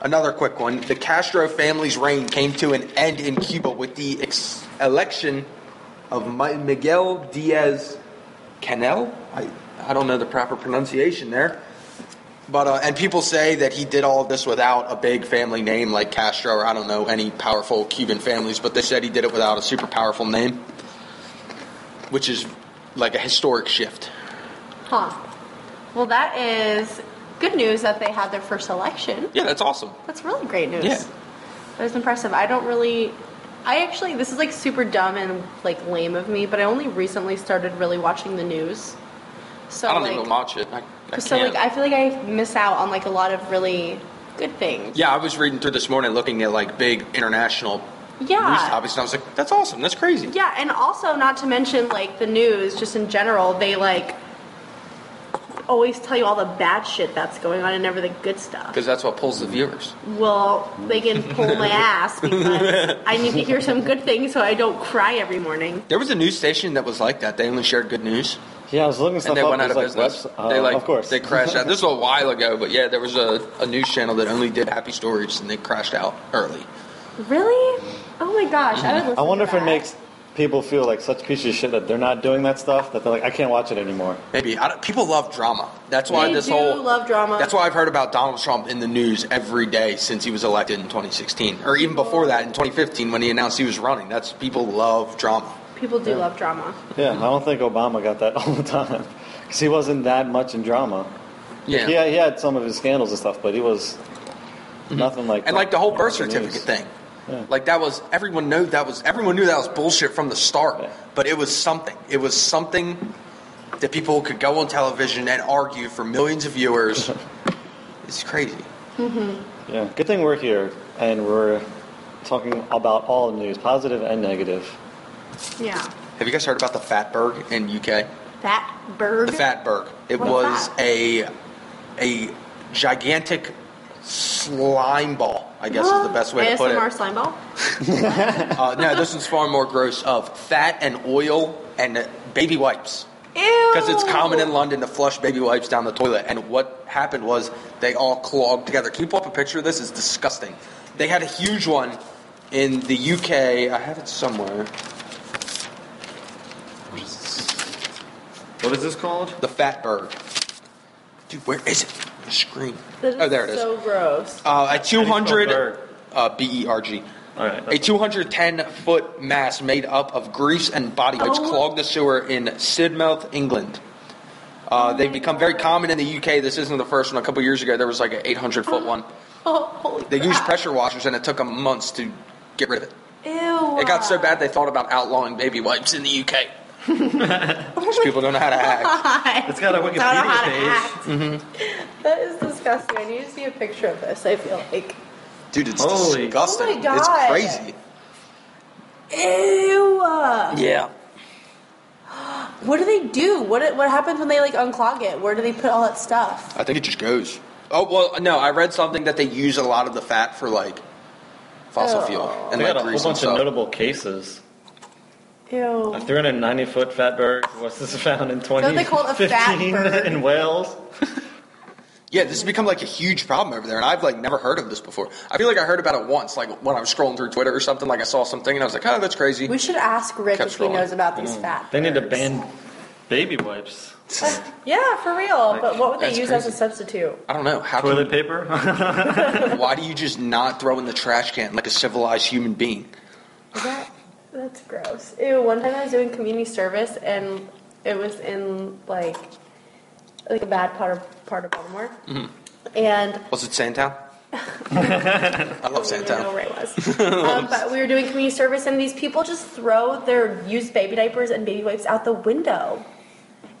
S1: another quick one: the Castro family's reign came to an end in Cuba with the ex- election of Mi- Miguel Diaz Canel. I I don't know the proper pronunciation there. But uh, and people say that he did all of this without a big family name like Castro or I don't know any powerful Cuban families, but they said he did it without a super powerful name, which is like a historic shift.
S3: Huh. Well, that is good news that they had their first election.
S1: Yeah, that's awesome.
S3: That's really great news.
S1: Yeah.
S3: That was impressive. I don't really. I actually, this is like super dumb and like lame of me, but I only recently started really watching the news. So
S1: I don't
S3: like,
S1: even watch it. I, I
S3: so
S1: can't.
S3: like, I feel like I miss out on like a lot of really good things.
S1: yeah, I was reading through this morning, looking at like big international news
S3: Yeah.
S1: topics, and I was like, that's awesome. That's crazy.
S3: Yeah, and also not to mention like the news, just in general, they like always tell you all the bad shit that's going on and never the good stuff.
S1: Because that's what pulls the viewers.
S3: Well, they can pull my ass because I need to hear some good things so I don't cry every morning.
S1: There was a news station that was like that. They only shared good news.
S2: Yeah, I was looking stuff
S1: and they
S2: up.
S1: went
S2: it
S1: out of
S2: was like
S1: business.
S2: webs- uh,
S1: they like
S2: of course.
S1: they crashed out. This was a while ago, but yeah, there was a, a news channel that only did happy stories, and they crashed out early.
S3: Really? Oh my gosh, I would listen
S2: I wonder
S3: to
S2: if it
S3: that.
S2: makes people feel like such pieces of shit that they're not doing that stuff. That they're like, I can't watch it anymore.
S1: Maybe I don't, people love drama. That's why
S3: They
S1: this
S3: do
S1: whole
S3: love drama.
S1: That's why I've heard about Donald Trump in the news every day since he was elected in 2016, or even before that in 2015 when he announced he was running. That's people love drama.
S3: people do love drama.
S2: Yeah, I don't think Obama got that all the time because he wasn't that much in drama.
S1: Yeah,
S2: Yeah, he had some of his scandals and stuff, but he was nothing like.
S1: Mm-hmm. and like the whole birth
S2: Trump in the
S1: certificate
S2: news.
S1: thing.
S2: Yeah.
S1: Like that was everyone knew that was everyone knew that was bullshit from the start,
S2: Yeah.
S1: but it was something. It was something that people could go on television and argue for millions of viewers. it's crazy.
S2: Yeah, good thing we're here and we're talking about all the news, positive and negative.
S3: Yeah.
S1: Have you guys heard about the Fatberg in UK?
S3: That bird.
S1: The Fatberg. It
S3: What is
S1: was
S3: that?
S1: a a gigantic slime ball. I guess is the best way to put it.
S3: ASMR slime ball.
S1: Uh, no, this is far more gross. Of fat and oil and baby wipes.
S3: Ew.
S1: Because it's common
S3: Oh.
S1: in London to flush baby wipes down the toilet. And what happened was they all clogged together. Can you pull up a picture of this? It's disgusting. They had a huge one in the UK. I have it somewhere.
S8: What is this called?
S1: The Fatberg. Dude, where is it? The screen.
S3: That is
S1: Oh, there it is.
S3: So gross.
S1: Uh, a
S8: Berg?
S1: 200 uh, B-E-R-G.
S8: All right,
S1: A 210 foot mass made up of grease and body wipes
S3: Oh.
S1: clogged the sewer in Sidmouth, England. Uh, they've become very common in the UK. This isn't the first one. A couple years ago, there was like an 800 foot one.
S3: Oh, holy
S1: They used
S3: crap.
S1: pressure washers, and it took them months to get rid of it.
S3: Ew.
S1: It got so bad they thought about outlawing baby wipes in the UK. Because people don't know how to act.
S8: It's got a
S3: Don't know how
S8: Wikipedia
S3: to
S8: page.
S3: act.
S1: Mm-hmm.
S3: That is disgusting. I need to see a picture of this. I feel like.
S1: Dude, it's
S8: Holy-
S1: disgusting.
S3: Oh my God.
S1: It's crazy.
S3: Ew.
S1: Yeah.
S3: What do they do? What what happens when they like unclog it? Where do they put all that stuff?
S1: I think it just goes. Oh well, no. I read something that they use a lot of the fat for like fossil
S3: Oh.
S1: fuel
S2: We
S1: and
S2: got
S1: like
S2: a whole
S1: grease and
S2: bunch of
S1: stuff.
S2: notable cases.
S3: Ew.
S2: A 390 foot fatberg was this found in
S3: Don't they call it a fat
S2: 2015
S3: bird?
S2: in Wales.
S1: Yeah, this has become like a huge problem over there, and I've like never heard of this before. I feel like I heard about it once, like when I was scrolling through Twitter or something. Like I saw something and I was like, oh, that's crazy.
S3: We should ask Rick
S1: Kept
S3: if he
S1: scrolling.
S3: knows about these fat.
S2: They need to
S3: birds.
S2: ban baby wipes,
S3: Yeah, for real. but what would they
S1: That's
S3: use as a
S1: crazy.
S3: substitute?
S1: I don't know how.
S8: Toilet
S1: Can,
S8: paper?
S1: why do you just not throw in the trash can like a civilized human being?
S3: Is that that's gross. Ew. One time I was doing community service and it was in like like a bad part of part of Baltimore, and
S1: Mm-hmm. Was it Sandtown? I love
S3: I don't know
S1: Sandtown.
S3: where I was. um, but we were doing community service, and these people just throw their used baby diapers and baby wipes out the window,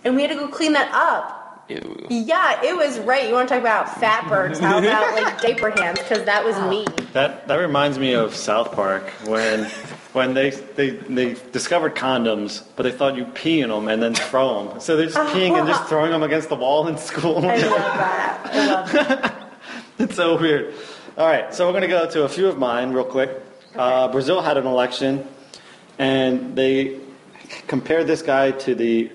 S3: and we had to go clean that up.
S9: Ew.
S3: Yeah, it was right. You want to talk about fat birds? How about like diaper hands? Because that was me.
S2: That that reminds me of South Park when when they they they discovered condoms, but they thought you pee in them and then throw them. So they're just peeing and just throwing them against the wall in school.
S3: Uh-huh. I love that. I love that.
S2: it's so weird. All right, so we're gonna go to a few of mine real quick. Uh, Brazil had an election, and they compared this guy to the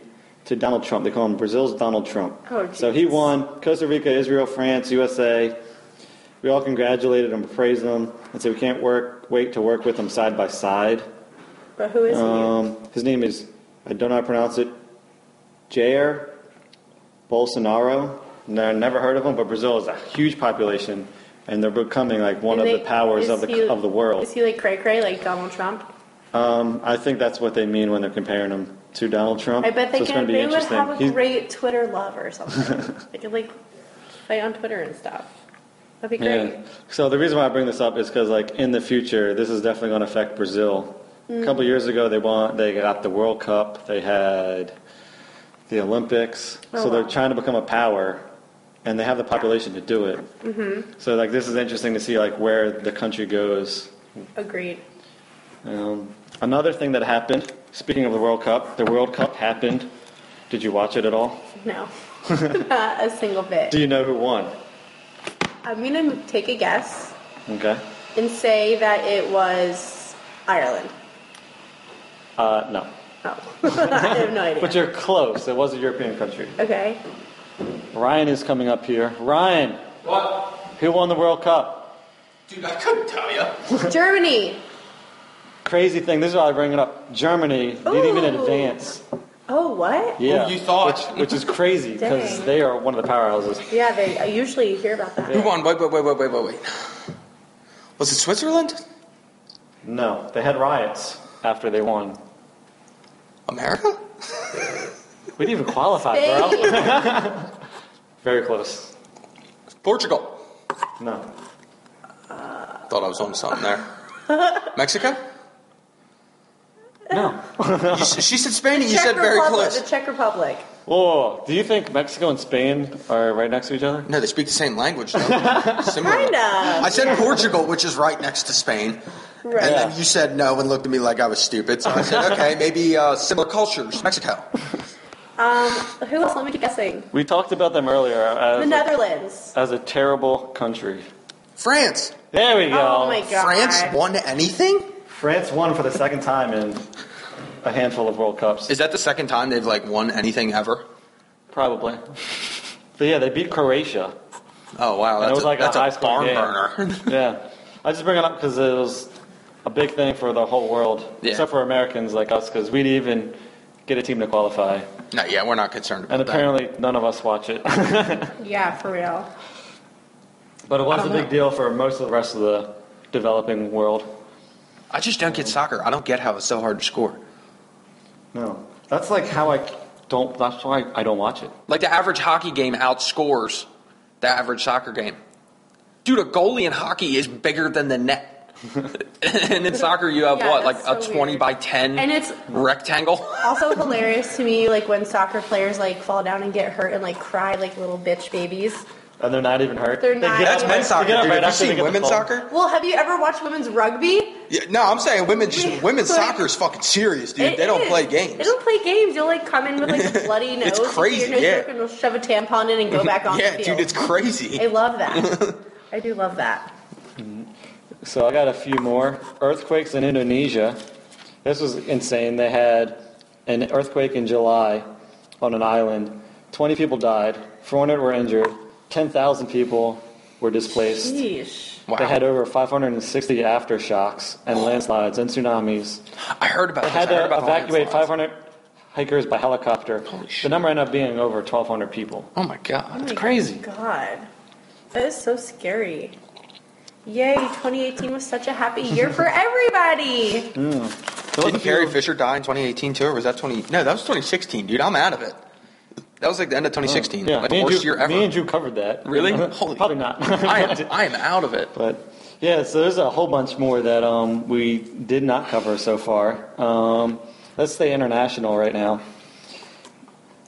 S2: to Donald Trump. They call him Brazil's Donald Trump.
S3: Oh,
S2: so he
S3: Jesus.
S2: won Costa Rica, Israel, France, USA. We all congratulated him, praised him, and said we can't work wait to work with him side by side.
S3: But who is he?
S2: Um, his name is, I don't know how to pronounce it, Jair Bolsonaro. No, never heard of him, but Brazil is a huge population, and they're becoming like one
S3: And
S2: of
S3: they-
S2: the powers
S3: is
S2: of the,
S3: he-
S2: of the world.
S3: Is he like cray cray, like Donald Trump?
S2: Um, I think that's what they mean when they're comparing him to Donald Trump.
S3: I bet they
S2: so it's
S3: can.
S2: going to be
S3: They would
S2: interesting.
S3: have a
S2: He's-
S3: great Twitter love or something. they could like fight on Twitter and stuff. That'd be great.
S2: yeah. So the reason why I bring this up is because, like, in the future, this is definitely going to affect Brazil. A couple years ago, they won. They got the World Cup. They had the Olympics.
S3: Oh,
S2: so they're
S3: wow.
S2: trying to become a power, and they have the population to do it. Mm-hmm. So, like, this is interesting to see like where the country goes.
S3: Agreed.
S2: Um, another thing that happened. Speaking of the World Cup, the World Cup happened. Did you watch it at all?
S3: No, not a single bit.
S2: Do you know who won?
S3: I'm gonna take a guess
S2: Okay.
S3: and say that it was Ireland.
S2: Uh, no.
S3: Oh, I have no idea.
S2: But you're close. It was a European country.
S3: okay.
S2: Ryan is coming up here. Ryan,
S1: What?
S2: who won the World Cup?
S1: Dude, I couldn't tell you.
S3: Germany.
S2: Crazy thing. This is why I bring it up. Germany didn't even
S3: Ooh.
S2: advance.
S3: Oh, what?
S2: Yeah,
S1: you thought.
S2: which, which is crazy because
S3: Dang.
S2: they are one of the powerhouses.
S3: Yeah, they I usually hear about that.
S1: Who won? Wait, wait, wait, wait, wait, wait, wait. Was it Switzerland?
S2: No, they had riots after they won.
S1: America?
S2: We didn't even qualify, bro.
S3: Spain.
S2: Very close.
S1: Portugal.
S2: No,
S1: Thought I was on something there. Mexico?
S2: no.
S1: You, s- she said Spain and you
S3: Czech
S1: said very
S3: Republic,
S1: close.
S3: The Czech Republic.
S2: Whoa, do you think Mexico and Spain are right next to each other?
S1: No, they speak the same language, though. Similar.
S3: Kinda.
S1: I said Portugal, which is right next to Spain.
S3: Right.
S1: And then you said no and looked at me like I was stupid. So I said, okay, maybe uh, similar cultures, Mexico.
S3: Um, who else? Let me be guessing.
S2: We talked about them earlier
S3: The
S2: as,
S3: Netherlands.
S2: as a terrible country.
S1: France.
S2: There we go.
S3: Oh my god.
S1: France won anything?
S2: France won for the second time in a handful of World Cups.
S1: Is that the second time they've like won anything ever?
S2: Probably. But yeah, they beat Croatia.
S1: Oh wow, that's
S2: it was
S1: a,
S2: like a
S1: that's a,
S2: high-scoring
S1: barn
S2: game.
S1: burner.
S2: Yeah. I just bring it up because it was a big thing for the whole world,
S1: Yeah.
S2: except for Americans like us, because we'd even get a team to qualify.
S1: no, yeah, we're not concerned about
S2: And apparently, none of us watch it.
S3: Yeah, for real.
S2: but it was a big deal for most of the rest of the developing world.
S1: that. I just don't get soccer. I don't get how it's so hard to score.
S2: No. That's like how I don't, that's why I don't watch it.
S1: Like the average hockey game outscores the average soccer game. Dude, a goalie in hockey is bigger than the net. and in soccer, you have
S3: Yeah,
S1: what, like
S3: that's
S1: a
S3: so
S1: twenty
S3: weird.
S1: by ten
S3: And it's-
S1: rectangle.
S3: Also hilarious to me, like when soccer players like fall down and get hurt and like cry like little bitch babies.
S2: And they're not even hurt.
S3: They're
S2: They
S3: not
S2: get up
S3: even-
S1: That's
S2: right-
S1: men's
S2: they
S1: soccer.
S2: get up
S1: Dude.
S2: right
S1: Have you
S2: after they
S1: seen
S2: get the
S1: women's
S2: ball.
S1: soccer?
S3: Well, have you ever watched women's rugby?
S1: Yeah, no, I'm saying women's
S3: We-
S1: women's
S3: like-
S1: soccer is fucking serious, dude.
S3: It
S1: they don't
S3: is.
S1: play games.
S3: They don't play games. You'll like come in with like a bloody nose,
S1: It's
S3: you'll get
S1: crazy,
S3: your nose
S1: yeah.
S3: broken, and you'll shove a tampon in and go back on
S1: yeah,
S3: the field.
S1: dude, it's crazy.
S3: I love that. I do love that.
S2: So I got a few more earthquakes in Indonesia. This was insane. They had an earthquake in July on an island. 20 people died, 400 were injured, 10,000 people were displaced.
S3: Sheesh.
S1: Wow.
S2: They had over 560 aftershocks and landslides and tsunamis.
S1: I heard about
S2: They
S1: this.
S2: had
S1: I heard
S2: to
S1: about the
S2: evacuate
S1: landslides.
S2: 500 hikers by helicopter. The
S1: shit.
S2: number ended up being over 1,200 people.
S1: Oh my god.
S2: It's crazy.
S3: God, that is so scary. Yay, 2018 was such a happy year for everybody.
S2: There was a
S1: Did
S2: few-
S1: Carrie Fisher die in 2018 too, or was that 20? No, that was 2016, dude. I'm out of it. That was like the end of 2016.
S2: Oh, Yeah, me
S1: like the
S2: and
S1: worst
S2: you,
S1: year ever.
S2: Me and you covered that.
S1: Really? Holy-
S2: Probably not.
S1: I am, I am out of it.
S2: But yeah, so there's a whole bunch more that um, we did not cover so far. Um, let's stay international right now.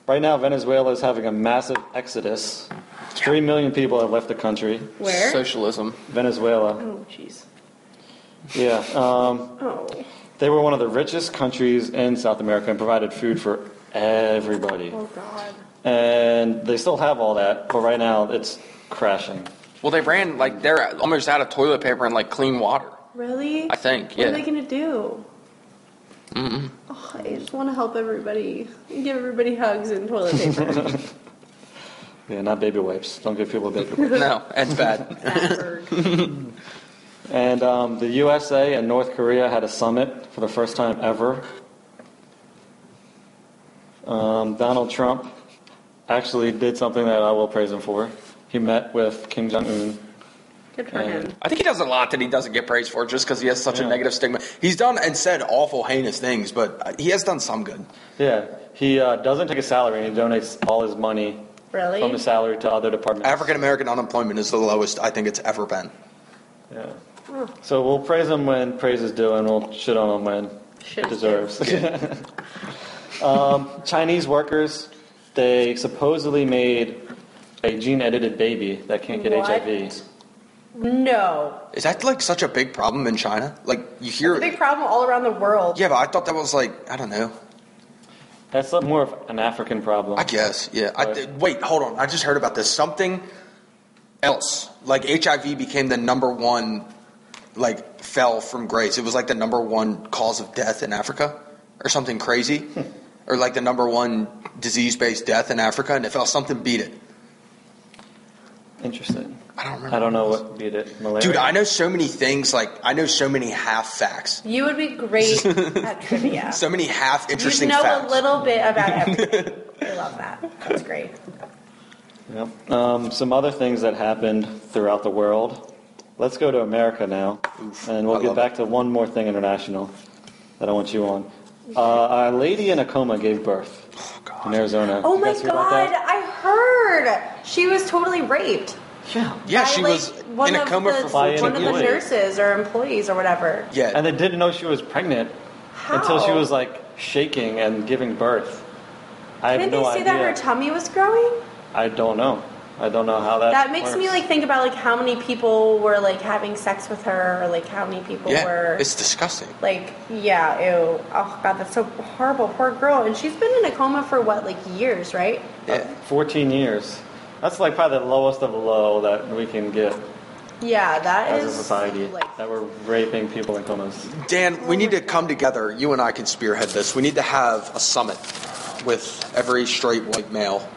S2: Right now, Venezuela is having a massive exodus. Three million people have left the country.
S3: Where?
S1: Socialism.
S2: Venezuela.
S3: oh, jeez.
S2: Yeah. Um,
S3: Oh.
S2: they were one of the richest countries in South America and provided food for everybody.
S3: Oh, God.
S2: And they still have all that, but right now it's crashing.
S1: Well, they ran like they're almost out of toilet paper and like clean water.
S3: Really?
S1: I think,
S3: What
S1: yeah.
S3: are they going to do? Oh, I just want to help everybody. Give everybody hugs and toilet paper.
S2: Yeah, not baby wipes. Don't give people baby wipes.
S1: No, that's bad.
S3: Fatberg.
S2: And um, the USA and North Korea had a summit for the first time ever. Um, Donald Trump actually did something that I will praise him for. He met with Kim Jong Un.
S3: Good for him.
S1: I think he does a lot that he doesn't get praised for just because he has such a
S2: Yeah.
S1: negative stigma. He's done and said awful, heinous things, but uh, he has done some good.
S2: Yeah, he uh, doesn't take a salary and he donates all his money
S3: Really?
S2: from his salary to other departments.
S1: African American unemployment is the lowest I think it's ever been.
S2: Yeah. So we'll praise him when praise is due, and we'll shit on him when
S3: Shit
S2: it
S3: is
S2: deserves. um, Chinese workers, they supposedly made a gene edited baby that can't get
S3: What?
S2: HIV.
S3: No.
S1: Is that like such a big problem in China? Like you hear,
S3: Big problem all around the world.
S1: yeah, but I thought that was like I don't know.
S2: That's a- more of an African problem.
S1: I guess, yeah. I,
S2: Right.
S1: wait, hold on. I just heard about this. Something else, like HIV, became the number one, like fell from grace. It was like the number one cause of death in Africa, or something crazy, or like the number one disease-based death in Africa, and it fell. Something beat it.
S2: Interesting.
S1: I don't remember.
S2: I don't know what beat it. Malaria.
S1: Dude, I know so many things. Like I know so many half facts,
S3: You would be great at trivia.
S1: so many half
S3: you
S1: interesting
S3: know
S1: facts.
S3: a little bit about everything. I love that. That's great.
S2: Yep. Um, some other things that happened throughout the world. Let's go to America now, and we'll
S1: I
S2: get
S1: love
S2: back to one more thing international that I want you on. Uh, a lady in a coma gave birth in Arizona.
S3: Oh
S2: You
S3: my
S2: guys hear about
S3: god,
S2: that?
S3: I heard she was totally raped.
S1: yeah,
S3: by,
S1: she
S3: like,
S1: was
S3: one
S1: in a
S3: of
S1: coma
S3: the,
S1: for
S2: By an
S3: one of the
S2: employee.
S3: nurses or employees or whatever.
S1: yeah.
S2: And they didn't know she was pregnant until she
S3: How?
S2: was like shaking and giving birth. I have
S3: Didn't
S2: no
S3: they say
S2: idea.
S3: that her tummy was growing?
S2: I don't know. I don't know how that.
S3: That makes me
S2: works.
S3: like think about like how many people were like having sex with her or like how many people
S1: yeah,
S3: were
S1: it's disgusting.
S3: like yeah, ew. Oh god, that's so horrible. Poor girl. And she's been in a coma for what, like years, right?
S1: Yeah,
S2: 14 years. That's like probably the lowest of the low that we can get
S3: Yeah, that is
S2: as a society
S3: Like,
S2: that we're raping people in comas.
S1: Dan, we need to come together. You and I can spearhead this. We need to have a summit with every straight white male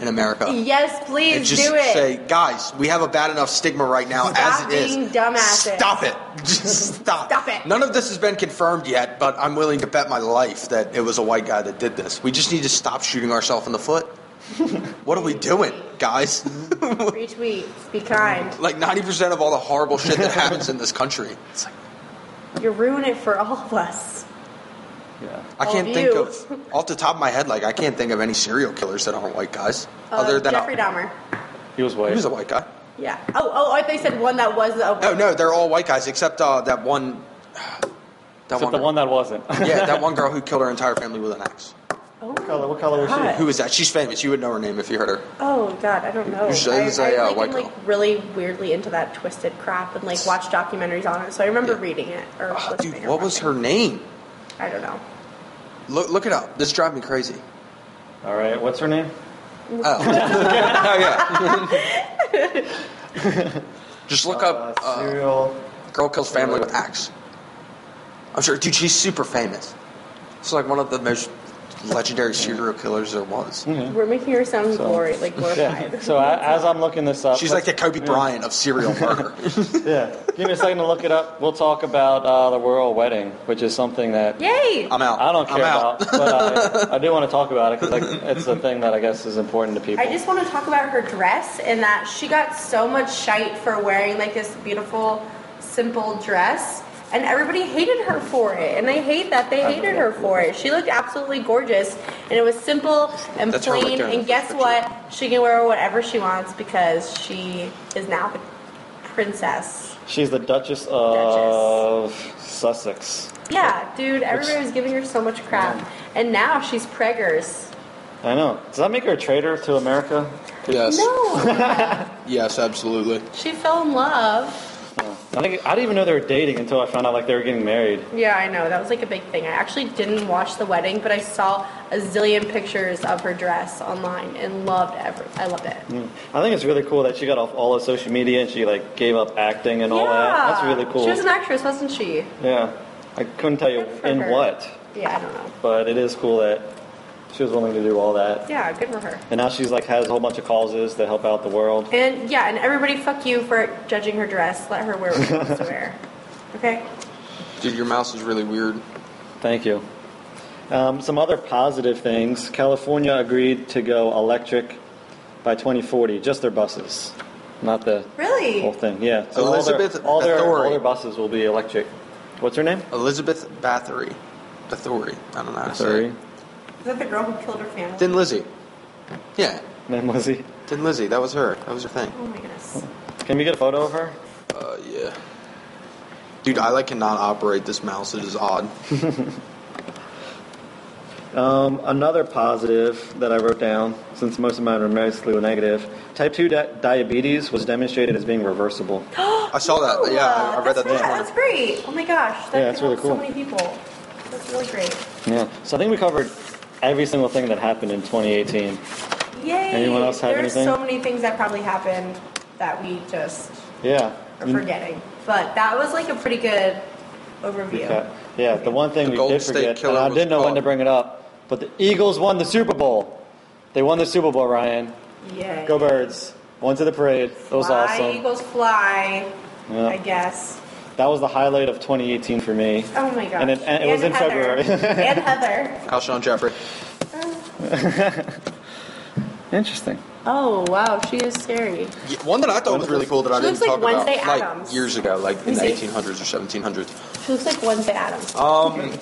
S1: in America.
S3: yes, please
S1: and just
S3: do it.
S1: say, guys, we have a bad enough stigma right now
S3: Stop
S1: as it is.
S3: being dumbasses."
S1: Stop it. Just stop.
S3: Stop it.
S1: None of this has been confirmed yet, but I'm willing to bet my life that it was a white guy that did this. We just need to stop shooting ourselves in the foot. what are we doing, guys?
S3: Retweet. Be kind.
S1: like 90% of all the horrible shit that happens in this country. It's like,
S3: You ruin it for all of us.
S2: Yeah.
S1: I
S3: All
S1: can't
S3: of
S1: think
S3: you.
S1: of off the top of my head. Like I can't think of any serial killers that aren't white guys,
S3: Uh,
S1: other than
S3: Jeffrey Dahmer.
S2: He was white.
S1: he was a white guy.
S3: Yeah. Oh, oh, I they said one that was. Oh,
S1: No, no, they're all white guys except uh, that one. That
S2: Except
S1: one,
S2: the one that wasn't.
S1: yeah, that one girl who killed her entire family with an axe.
S3: Oh,
S2: color- what color was she?
S3: God.
S1: Who is that? She's famous. You would know her name if you heard her.
S3: Oh God, I don't know.
S1: Who's-
S3: I,
S1: who's
S3: I,
S1: a, uh,
S3: like,
S1: white
S3: am
S1: girl?
S3: like really weirdly into that twisted crap and like watch documentaries on it. So I remember
S1: Yeah.
S3: reading it or
S1: Oh,
S3: listening.
S1: dude,
S3: or
S1: what was her
S3: watching.
S1: name?
S3: I don't know.
S1: Look, look it up. This drives me crazy.
S2: All right, what's her name?
S1: Oh, oh yeah. Just look up
S2: Uh,
S1: uh,
S2: serial.
S1: Girl kills family with axe. I'm sure, dude. She's super famous. It's like one of the most legendary serial killers there was.
S3: We're making her sound
S2: So-
S3: glory, like glorified.
S2: yeah. So I, as I'm looking this up,
S1: She's like the Kobe Bryant of serial murder.
S2: yeah. Give me a second to look it up. We'll talk about uh, the royal wedding, which is something that
S3: Yay!
S1: I'm out.
S2: I don't care
S1: I'm out.
S2: about, but I, I do want to talk about it because like, it's a thing that I guess is important to people.
S3: I just want to talk about her dress and that she got so much shite for wearing like this beautiful, simple dress. and everybody hated her for it. And I hate that they hated her for it. She looked absolutely gorgeous, and it was simple and
S1: That's her right
S3: plain.
S1: there.
S3: and guess what? She can wear whatever she wants because she is now a princess.
S2: She's the Duchess of Sussex.
S3: Yeah, dude, everybody was giving her so much crap, and now she's preggers.
S2: I know. Does that make her a traitor to America?
S1: Yes.
S3: No,
S1: Yes, absolutely.
S3: she fell in love.
S2: I think I didn't even know they were dating until I found out like they were getting married.
S3: Yeah, I know that was like a big thing. I actually didn't watch the wedding, but I saw a zillion pictures of her dress online and loved every. I loved it.
S2: Hmm. I think it's really cool that she got off all of social media and she like gave up acting and all that. That's really cool.
S3: She was an actress, wasn't she?
S2: yeah, I couldn't tell you
S3: Good for
S2: in
S3: her.
S2: what,
S3: Yeah, I don't know.
S2: but it is cool that she was willing to do all that.
S3: Yeah, good for her.
S2: And now she's like has a whole bunch of causes that help out the world.
S3: And yeah, and everybody, fuck you for judging her dress. Let her wear what she wants to wear. Okay.
S1: Dude, your mouse is really weird.
S2: Thank you. Um, some other positive things. California agreed to go electric by 2040, just their buses, not the
S3: Really?
S2: whole thing. Yeah. So
S1: Elizabeth
S2: all their, all their,
S1: Bathory.
S2: all their buses will be electric. What's her name?
S1: Elizabeth Bathory. Bathory. I don't know how to say
S2: Sorry.
S1: it.
S3: Is that the girl who killed her family?
S1: Then Lizzie. Yeah.
S2: Name was he?
S1: Then Lizzie. That was her. That was her thing.
S3: oh my goodness.
S2: Can we get a photo of her?
S1: Uh, yeah. Dude, I like cannot operate this mouse. It is odd.
S2: Um, another positive that I wrote down, since most of mine were mostly negative, type 2 di- diabetes was demonstrated as being reversible.
S1: I saw
S2: Oh,
S1: that. Yeah, I, I read that
S3: that's
S1: this
S3: right.
S1: morning.
S3: That's great. Oh my gosh. That
S2: Yeah,
S3: could
S2: it's really
S3: help
S2: cool.
S3: So many people. That's really great.
S2: yeah. So I think we covered every single thing that happened in 2018.
S3: Yay.
S2: Anyone else have
S3: There's
S2: anything?
S3: so many things that probably happened that we just
S2: Yeah.
S3: are forgetting. But that was like a pretty good overview.
S2: Yeah, yeah, the one thing
S1: The
S2: we
S1: Golden
S2: did
S1: State
S2: forget,
S1: Killer
S2: and I
S1: was
S2: didn't know when
S1: caught.
S2: to bring it up, but the Eagles won the Super Bowl. They won the Super Bowl, Ryan.
S3: Yay.
S2: Go Birds. Went to the parade. That was
S3: fly,
S2: awesome.
S3: Eagles fly.
S2: Yeah.
S3: I guess.
S2: That was the highlight of 2018 for me.
S3: Oh my gosh.
S2: And it, and it was in
S3: Heather.
S2: February.
S3: and Heather.
S1: Alshon Jeffrey.
S2: Interesting.
S3: Oh wow, she is scary.
S1: Yeah, One that I thought was really cool that I
S3: She looks like
S1: didn't talk about
S3: Wednesday
S1: like
S3: Addams.
S1: years ago, like in
S3: Is
S1: the
S3: it?
S1: 1800s or 1700s.
S3: She looks like Wednesday Adams.
S1: Um,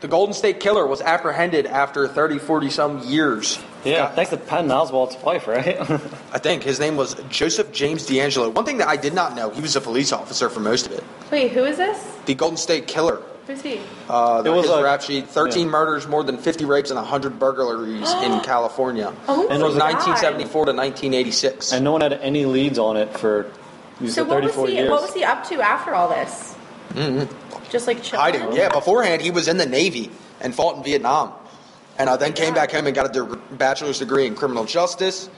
S1: the Golden State Killer was apprehended after 30, 40 some years.
S2: Yeah, thanks to Patton Oswalt's wife, right?
S1: I think his name was Joseph James D'Angelo. One thing that I did not know, he was a police officer for most of it.
S3: Wait, who is this?
S1: The Golden State Killer.
S3: Who's he?
S1: Uh,
S2: It was
S1: his
S2: like-
S1: rap sheet: thirteen
S2: yeah.
S1: murders, more than fifty rapes, and hundred burglaries in California
S3: Oh
S2: And it
S1: from
S2: was a-
S1: 1974 to 1986.
S2: and no one had any leads on it for you
S3: So
S2: said
S3: what
S2: 30,
S3: was
S2: 40
S3: he?
S2: years.
S3: What was he up to after all this? Mm-hmm. Just like chilling.
S1: Hiding. Yeah, beforehand he was in the Navy and fought in Vietnam, and uh, then came back home and got a de- bachelor's degree in criminal justice.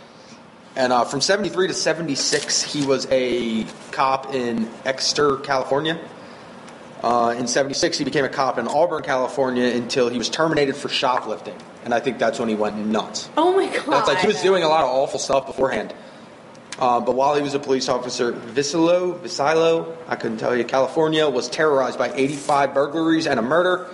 S1: And uh, from 73 to 76, he was a cop in Exeter, California. Uh, in 76, he became a cop in Auburn, California, until he was terminated for shoplifting. And I think that's when he went nuts.
S3: Oh my god.
S1: That's like he was doing a lot of awful stuff beforehand. Uh, but while he was a police officer, Visilo, Visilo, I couldn't tell you, California was terrorized by 85 burglaries and a murder.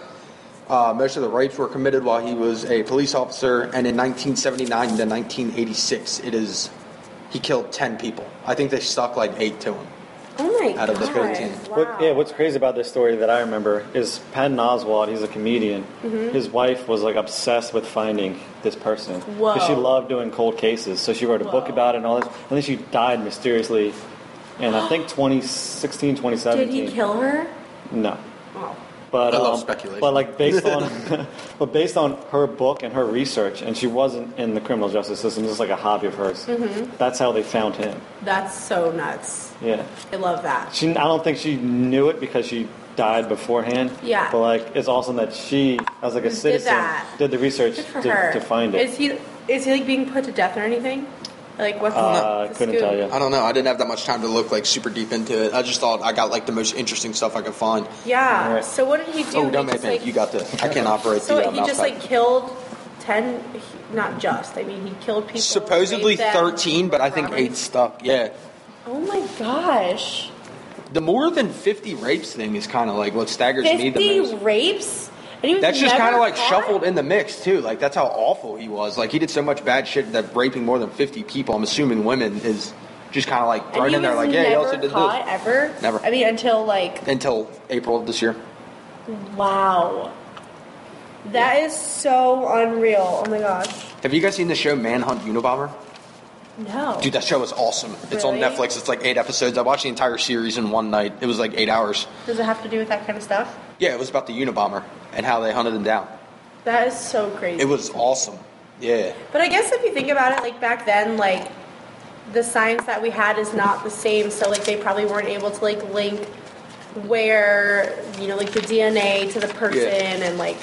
S1: Uh, most of the rapes were committed while he was a police officer, and in 1979 to 1986, it is he killed 10 people. I think they stuck like eight to him.
S3: Oh my
S1: out of the
S3: god.
S1: 13.
S3: Wow.
S2: What, yeah, what's crazy about this story that I remember is Patton Oswald. He's a comedian.
S3: Mm-hmm.
S2: His wife was like obsessed with finding this person
S3: Whoa.
S2: she loved doing cold cases. So she wrote a book
S3: Whoa.
S2: about it and all this. And then she died mysteriously, in I think 2016,
S3: Did
S2: 2017.
S3: he kill her?
S2: No,
S3: Oh.
S2: but
S1: I love
S2: um,
S1: speculation.
S2: But like based on, but based on her book and her research, and she wasn't in the criminal justice system. This is like a hobby of hers.
S3: Mm-hmm.
S2: That's how they found him.
S3: That's so nuts.
S2: Yeah.
S3: I love that.
S2: She, I don't think she knew it because she died beforehand.
S3: Yeah.
S2: But like, it's awesome that she, as like a
S3: Did
S2: citizen,
S3: that.
S2: did the research
S3: Good for
S2: to,
S3: her.
S2: to find it.
S3: Is he is he like being put to death or anything? Like what's
S2: uh,
S3: the
S2: couldn't
S3: scoop?
S2: tell you.
S1: I don't know. I didn't have that much time to look like super deep into it. I just thought I got like the most interesting stuff I could find.
S3: Yeah.
S2: Alright.
S3: So what did he do?
S1: Oh,
S3: He
S1: don't make
S3: just,
S1: me.
S3: like-
S1: You got this. I can't operate the
S3: So
S1: uh,
S3: he
S1: mouse
S3: just
S1: pad.
S3: like killed ten, he- not just. I mean, he killed people.
S1: Supposedly
S3: raped them,
S1: 13, but I think
S3: robberies.
S1: eight stuck. Yeah.
S3: Oh my gosh,
S1: The more than 50 rapes thing is kind of like what staggers me the
S3: fifty
S1: most.
S3: rapes. And he was
S1: That's just kind
S3: never
S1: of like
S3: caught?
S1: shuffled in the mix too. Like that's how awful he was. Like he did so much bad shit that raping more than 50 people, I'm assuming women, is Just kind of like
S3: And
S1: thrown
S3: he
S1: in there,
S3: was
S1: like, yeah, you
S3: never
S1: also did
S3: caught ever.
S1: Never.
S3: I mean, until like
S1: this until April of this year.
S3: wow, that is so unreal. Oh my gosh,
S1: Have you guys seen the show Manhunt Unabomber?
S3: no.
S1: Dude, that show is awesome. It's on
S3: Really?
S1: Netflix. It's like eight episodes. I watched the entire series in one night. It was like eight hours.
S3: Does it have to do with that kind of stuff?
S1: Yeah, it was about the Unabomber and how they hunted him down.
S3: That is so crazy.
S1: It was awesome. Yeah.
S3: But I guess if you think about it, like back then, like the science that we had is not the same. So like they probably weren't able to like link where you know like the DNA to the person and like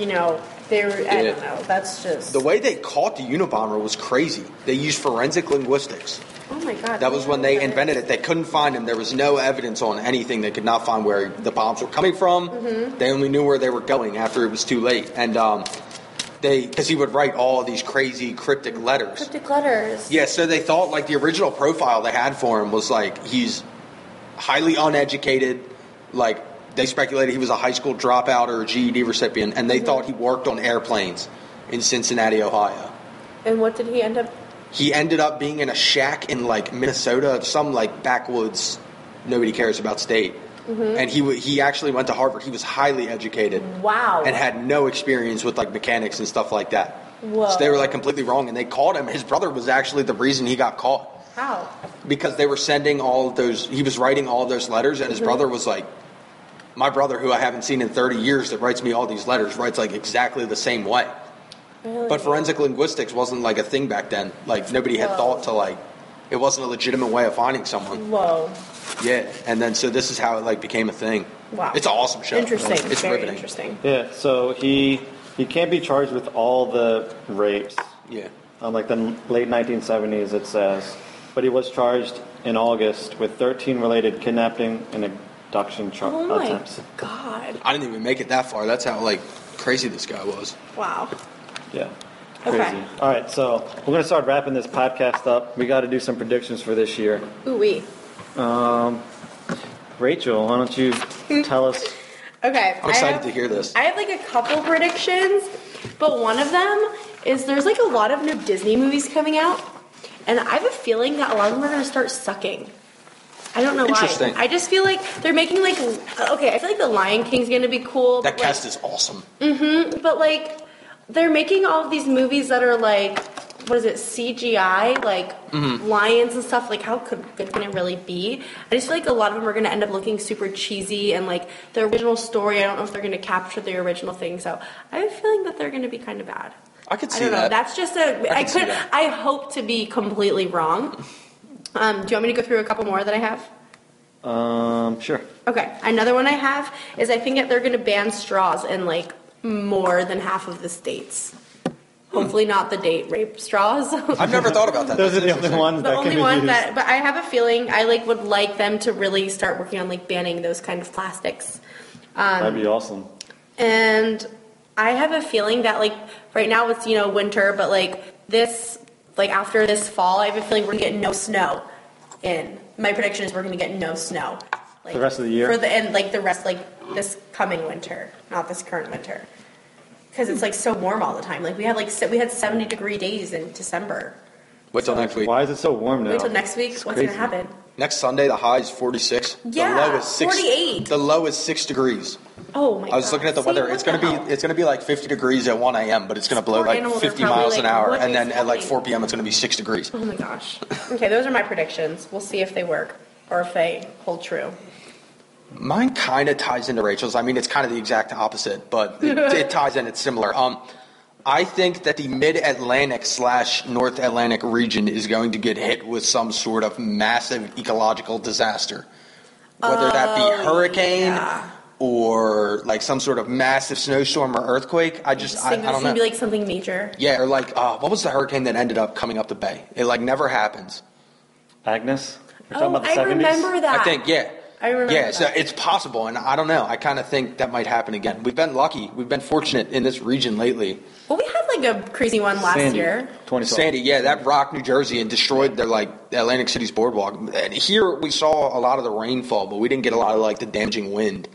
S3: you know they were. I don't
S1: Yeah.
S3: know. That's just
S1: The way they caught the Unabomber was crazy. They used forensic linguistics.
S3: oh my god.
S1: That was when they invented it. They couldn't find him. There was no evidence on anything. They could not find where the bombs were coming from. They only knew where they were going after it was too late. And um, they, because he would write all these crazy cryptic letters.
S3: Cryptic letters.
S1: Yeah, so they thought like the original profile they had for him was like he's highly uneducated, like they speculated he was a high school dropout or a GED recipient, and they thought he worked on airplanes in Cincinnati, Ohio.
S3: And what did he end up?
S1: He ended up being in a shack in like Minnesota, some like backwoods, nobody cares about state. And he wa- he actually went to Harvard. He was highly educated
S3: Wow.
S1: and had no experience with like mechanics and stuff like that.
S3: Whoa.
S1: So they were like completely wrong, and they caught him. His brother was actually the reason he got caught
S3: How?
S1: because they were sending all of those he was writing all of those letters and his
S3: Mm-hmm.
S1: brother was like my brother who i haven't seen in 30 years that writes me all these letters writes like exactly the same way
S3: Really?
S1: but forensic linguistics wasn't like a thing back then like nobody had
S3: Whoa.
S1: thought to like it wasn't a legitimate way of finding someone
S3: Whoa.
S1: yeah and then so this is how it like became a thing
S3: Mm-hmm. Wow.
S1: it's an awesome show
S3: Interesting.
S1: it's
S3: Very
S1: riveting
S3: interesting.
S2: Yeah, so he he can't be charged with all the rapes,
S1: yeah
S2: on like the late 1970s it says, but he was charged in August with 13 related kidnapping and abduction char-
S3: Oh my
S2: attempts.
S3: god.
S1: i didn't even make it that far that's how like crazy this guy was
S3: Wow.
S2: Yeah.
S3: Okay.
S2: Crazy. All right, so we're going to start wrapping this podcast up. We got to do some predictions for this year.
S3: Ooh wee.
S2: Rachel, why don't you tell us?
S3: Okay.
S1: i'm
S3: I
S1: excited
S3: have-
S1: to hear this
S3: I have like a couple predictions, but one of them is there's like a lot of new Disney movies coming out, and I have a feeling that a lot of them are gonna start sucking. I don't know
S1: Interesting.
S3: why. I just feel like they're making like okay. I feel like the Lion King's gonna be cool.
S1: that
S3: but, like-
S1: cast is awesome
S3: Mm. but like they're making all of these movies that are like what is it CGI like
S1: Mm-hmm.
S3: lions and stuff like how could good can it really be I just feel like a lot of them are going to end up looking super cheesy and like the original story I don't know if they're going to capture the original thing so I have a feeling that they're going to be kind of bad
S1: I could
S3: I
S1: see
S3: don't know
S1: that.
S3: that's just a I,
S1: I could see
S3: could
S1: that.
S3: I hope to be completely wrong um, do you want me to go through a couple more that I have
S2: Um, sure.
S3: Okay, another one I have is I think that they're going to ban straws in like more than half of the states. Hopefully not the date rape straws. the
S1: i've never thought about that
S2: Those are
S1: That's
S2: the only
S1: interesting.
S2: ones that can
S3: only
S2: be
S3: one
S2: used.
S3: that, but I have a feeling I like would like them to really start working on like banning those kind of plastics. um,
S2: That'd be awesome.
S3: And I have a feeling that like right now it's you know winter, but like this like after this fall, I have a feeling we're gonna get no snow. In my prediction is we're gonna get no snow. Like,
S2: The rest of the year?
S3: for the and like the rest like this coming winter, not this current winter, because it's like so warm all the time. Like we had like se- we had seventy degree days in December.
S1: wait till next week
S2: Why is it so warm now?
S3: Wait till next week.
S2: It's
S3: what's
S2: crazy.
S3: gonna happen?
S1: Next Sunday, the high is 46.
S3: Yeah,
S1: the low is six,
S3: 48.
S1: The low is six degrees.
S3: Oh my!
S1: I was looking at the weather. It's gonna be it's gonna be like 50 degrees at 1 a.m., but it's gonna blow
S3: Poor
S1: like
S3: animals are
S1: 50
S3: probably
S1: miles
S3: like,
S1: an hour,
S3: "What
S1: and
S3: is
S1: then at like
S3: happening?"
S1: 4 p.m. it's gonna be six degrees.
S3: Oh my gosh. Okay, those are my predictions. We'll see if they work or if they hold true.
S1: Mine kind of ties into Rachel's. I mean, it's kind of the exact opposite, but it, it ties in. It's similar. Um, I think that the mid-Atlantic slash North Atlantic region is going to get hit with some sort of massive ecological disaster, whether that be hurricane or like some sort of massive snowstorm or earthquake. I just, I, I
S3: Think it's
S1: don't know.
S3: gonna be like something major.
S1: yeah, or like uh, what was the hurricane that ended up coming up the bay? It like never happens.
S2: Agnes? We're talking
S3: Oh,
S2: about the
S3: I
S2: 70s?
S3: remember that.
S1: I think, yeah.
S3: I remember
S1: Yeah, so
S3: that.
S1: it's possible, and I don't know. I kind of think that might happen again. We've been lucky. We've been fortunate in this region lately.
S3: Well, we had like a crazy one last
S2: Sandy,
S3: year.
S2: 2012.
S1: Sandy, yeah, that rocked New Jersey and destroyed their like Atlantic City's boardwalk. And here we saw a lot of the rainfall, but we didn't get a lot of like the damaging wind.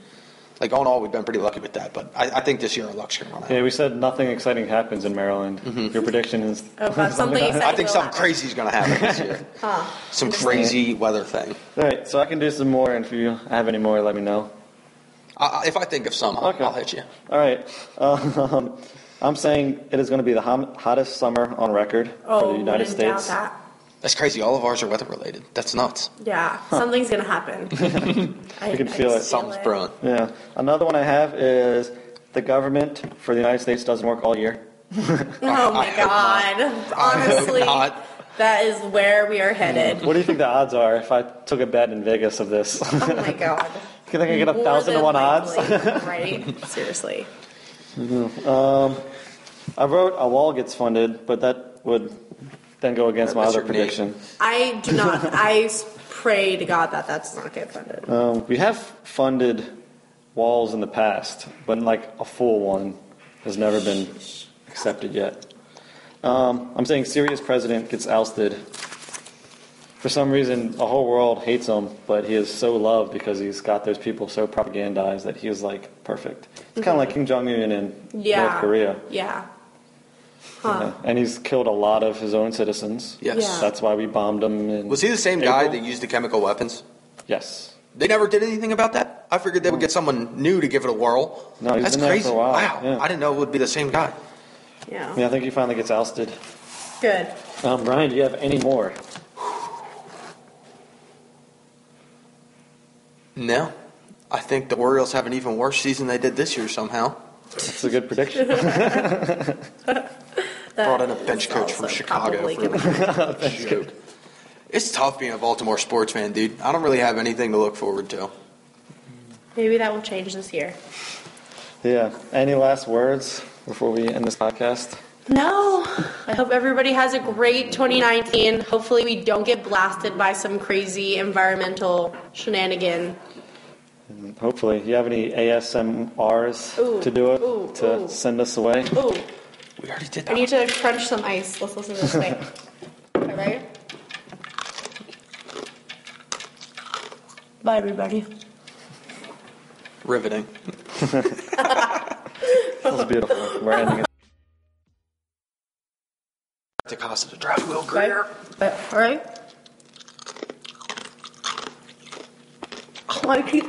S1: Like all in all, we've been pretty lucky with that. But I, I think this year our luck's going to run out.
S2: Yeah, we said nothing exciting happens in Maryland.
S1: Mm-hmm.
S2: Your prediction is
S3: Oh, God, something
S1: I
S3: exciting.
S1: think
S3: will
S1: something
S3: happen.
S1: crazy is going to happen this year. Some crazy weather thing.
S2: all right. So I can do some more, and if you have any more, let me know.
S1: I, I- if I think of some, I'll,
S2: Okay.
S1: I'll hit you.
S2: All right. Um, I'm saying it is going to be the hom- hottest summer on record for
S3: Oh,
S2: the United
S3: wouldn't doubt
S2: States.
S3: that.
S1: That's crazy. All of ours are weather related. That's nuts.
S3: Yeah, something's gonna happen. I,
S2: You can feel
S3: just
S2: it.
S1: Something's brewing.
S2: Yeah. Another one I have is the government for the United States doesn't work all year.
S3: Oh
S1: I
S3: my
S1: hope
S3: god!
S1: I hope
S3: Honestly,
S1: not.
S3: that is where we are headed.
S2: What do you think the odds are if I took a bet in Vegas of this? Do
S3: Oh my god!
S2: you think I get a thousand to one odds?
S3: right? Seriously.
S2: I wrote a wall gets funded, but that would then go against my
S1: That's
S2: other
S1: your
S2: prediction.
S3: I do not. I s- pray to God that that's not get funded.
S2: Um, we have funded walls in the past, but like a full one has never been accepted yet. Um, I'm saying Syria's president gets ousted. For some reason, the whole world hates him, but he is so loved because he's got those people so propagandized that he is like perfect. It's kind of like Kim Jong Un in
S3: Yeah.
S2: North Korea,
S3: Yeah.
S2: Yeah.
S3: Huh.
S2: and he's killed a lot of his own citizens.
S1: Yes.
S3: Yeah.
S2: that's why we bombed him. In
S1: Was he the same guy
S2: April.
S1: that used the chemical weapons?
S2: Yes.
S1: They never did anything about that. I figured they would get someone new to give it a whirl.
S2: No, he's
S1: That's
S2: been there
S1: crazy.
S2: for a while.
S1: Wow.
S2: Yeah.
S1: I didn't know it would be the same guy.
S3: Yeah.
S2: Yeah, I think he finally gets ousted.
S3: Good.
S2: Um, Brian, do you have any more?
S1: No. I think the Orioles have an even worse season than they did this year somehow.
S2: It's a good prediction.
S3: That
S1: Brought in a bench
S3: is
S1: coach from
S3: also
S1: Chicago
S3: probably
S1: for
S3: gonna-
S1: the joke. It's tough being a Baltimore sports fan, dude. I don't really have anything to look forward to.
S3: Maybe that will change this year.
S2: yeah. Any last words before we end this podcast?
S3: No. I hope everybody has a great 2019. Hopefully, we don't get blasted by some crazy environmental shenanigan.
S2: Hopefully, you have any ASMRs
S3: Ooh,
S2: to do it
S3: ooh,
S2: to
S3: ooh.
S2: send us away.
S3: Ooh,
S1: We already did
S3: I
S1: that.
S3: need to crunch some ice. Let's listen to this thing. All right. Bye, everybody.
S1: Riveting.
S2: That was beautiful. We're ending it.
S1: The cost of the draft will
S3: Bye.
S1: Greer.
S3: Bye. All right. Oh, I keep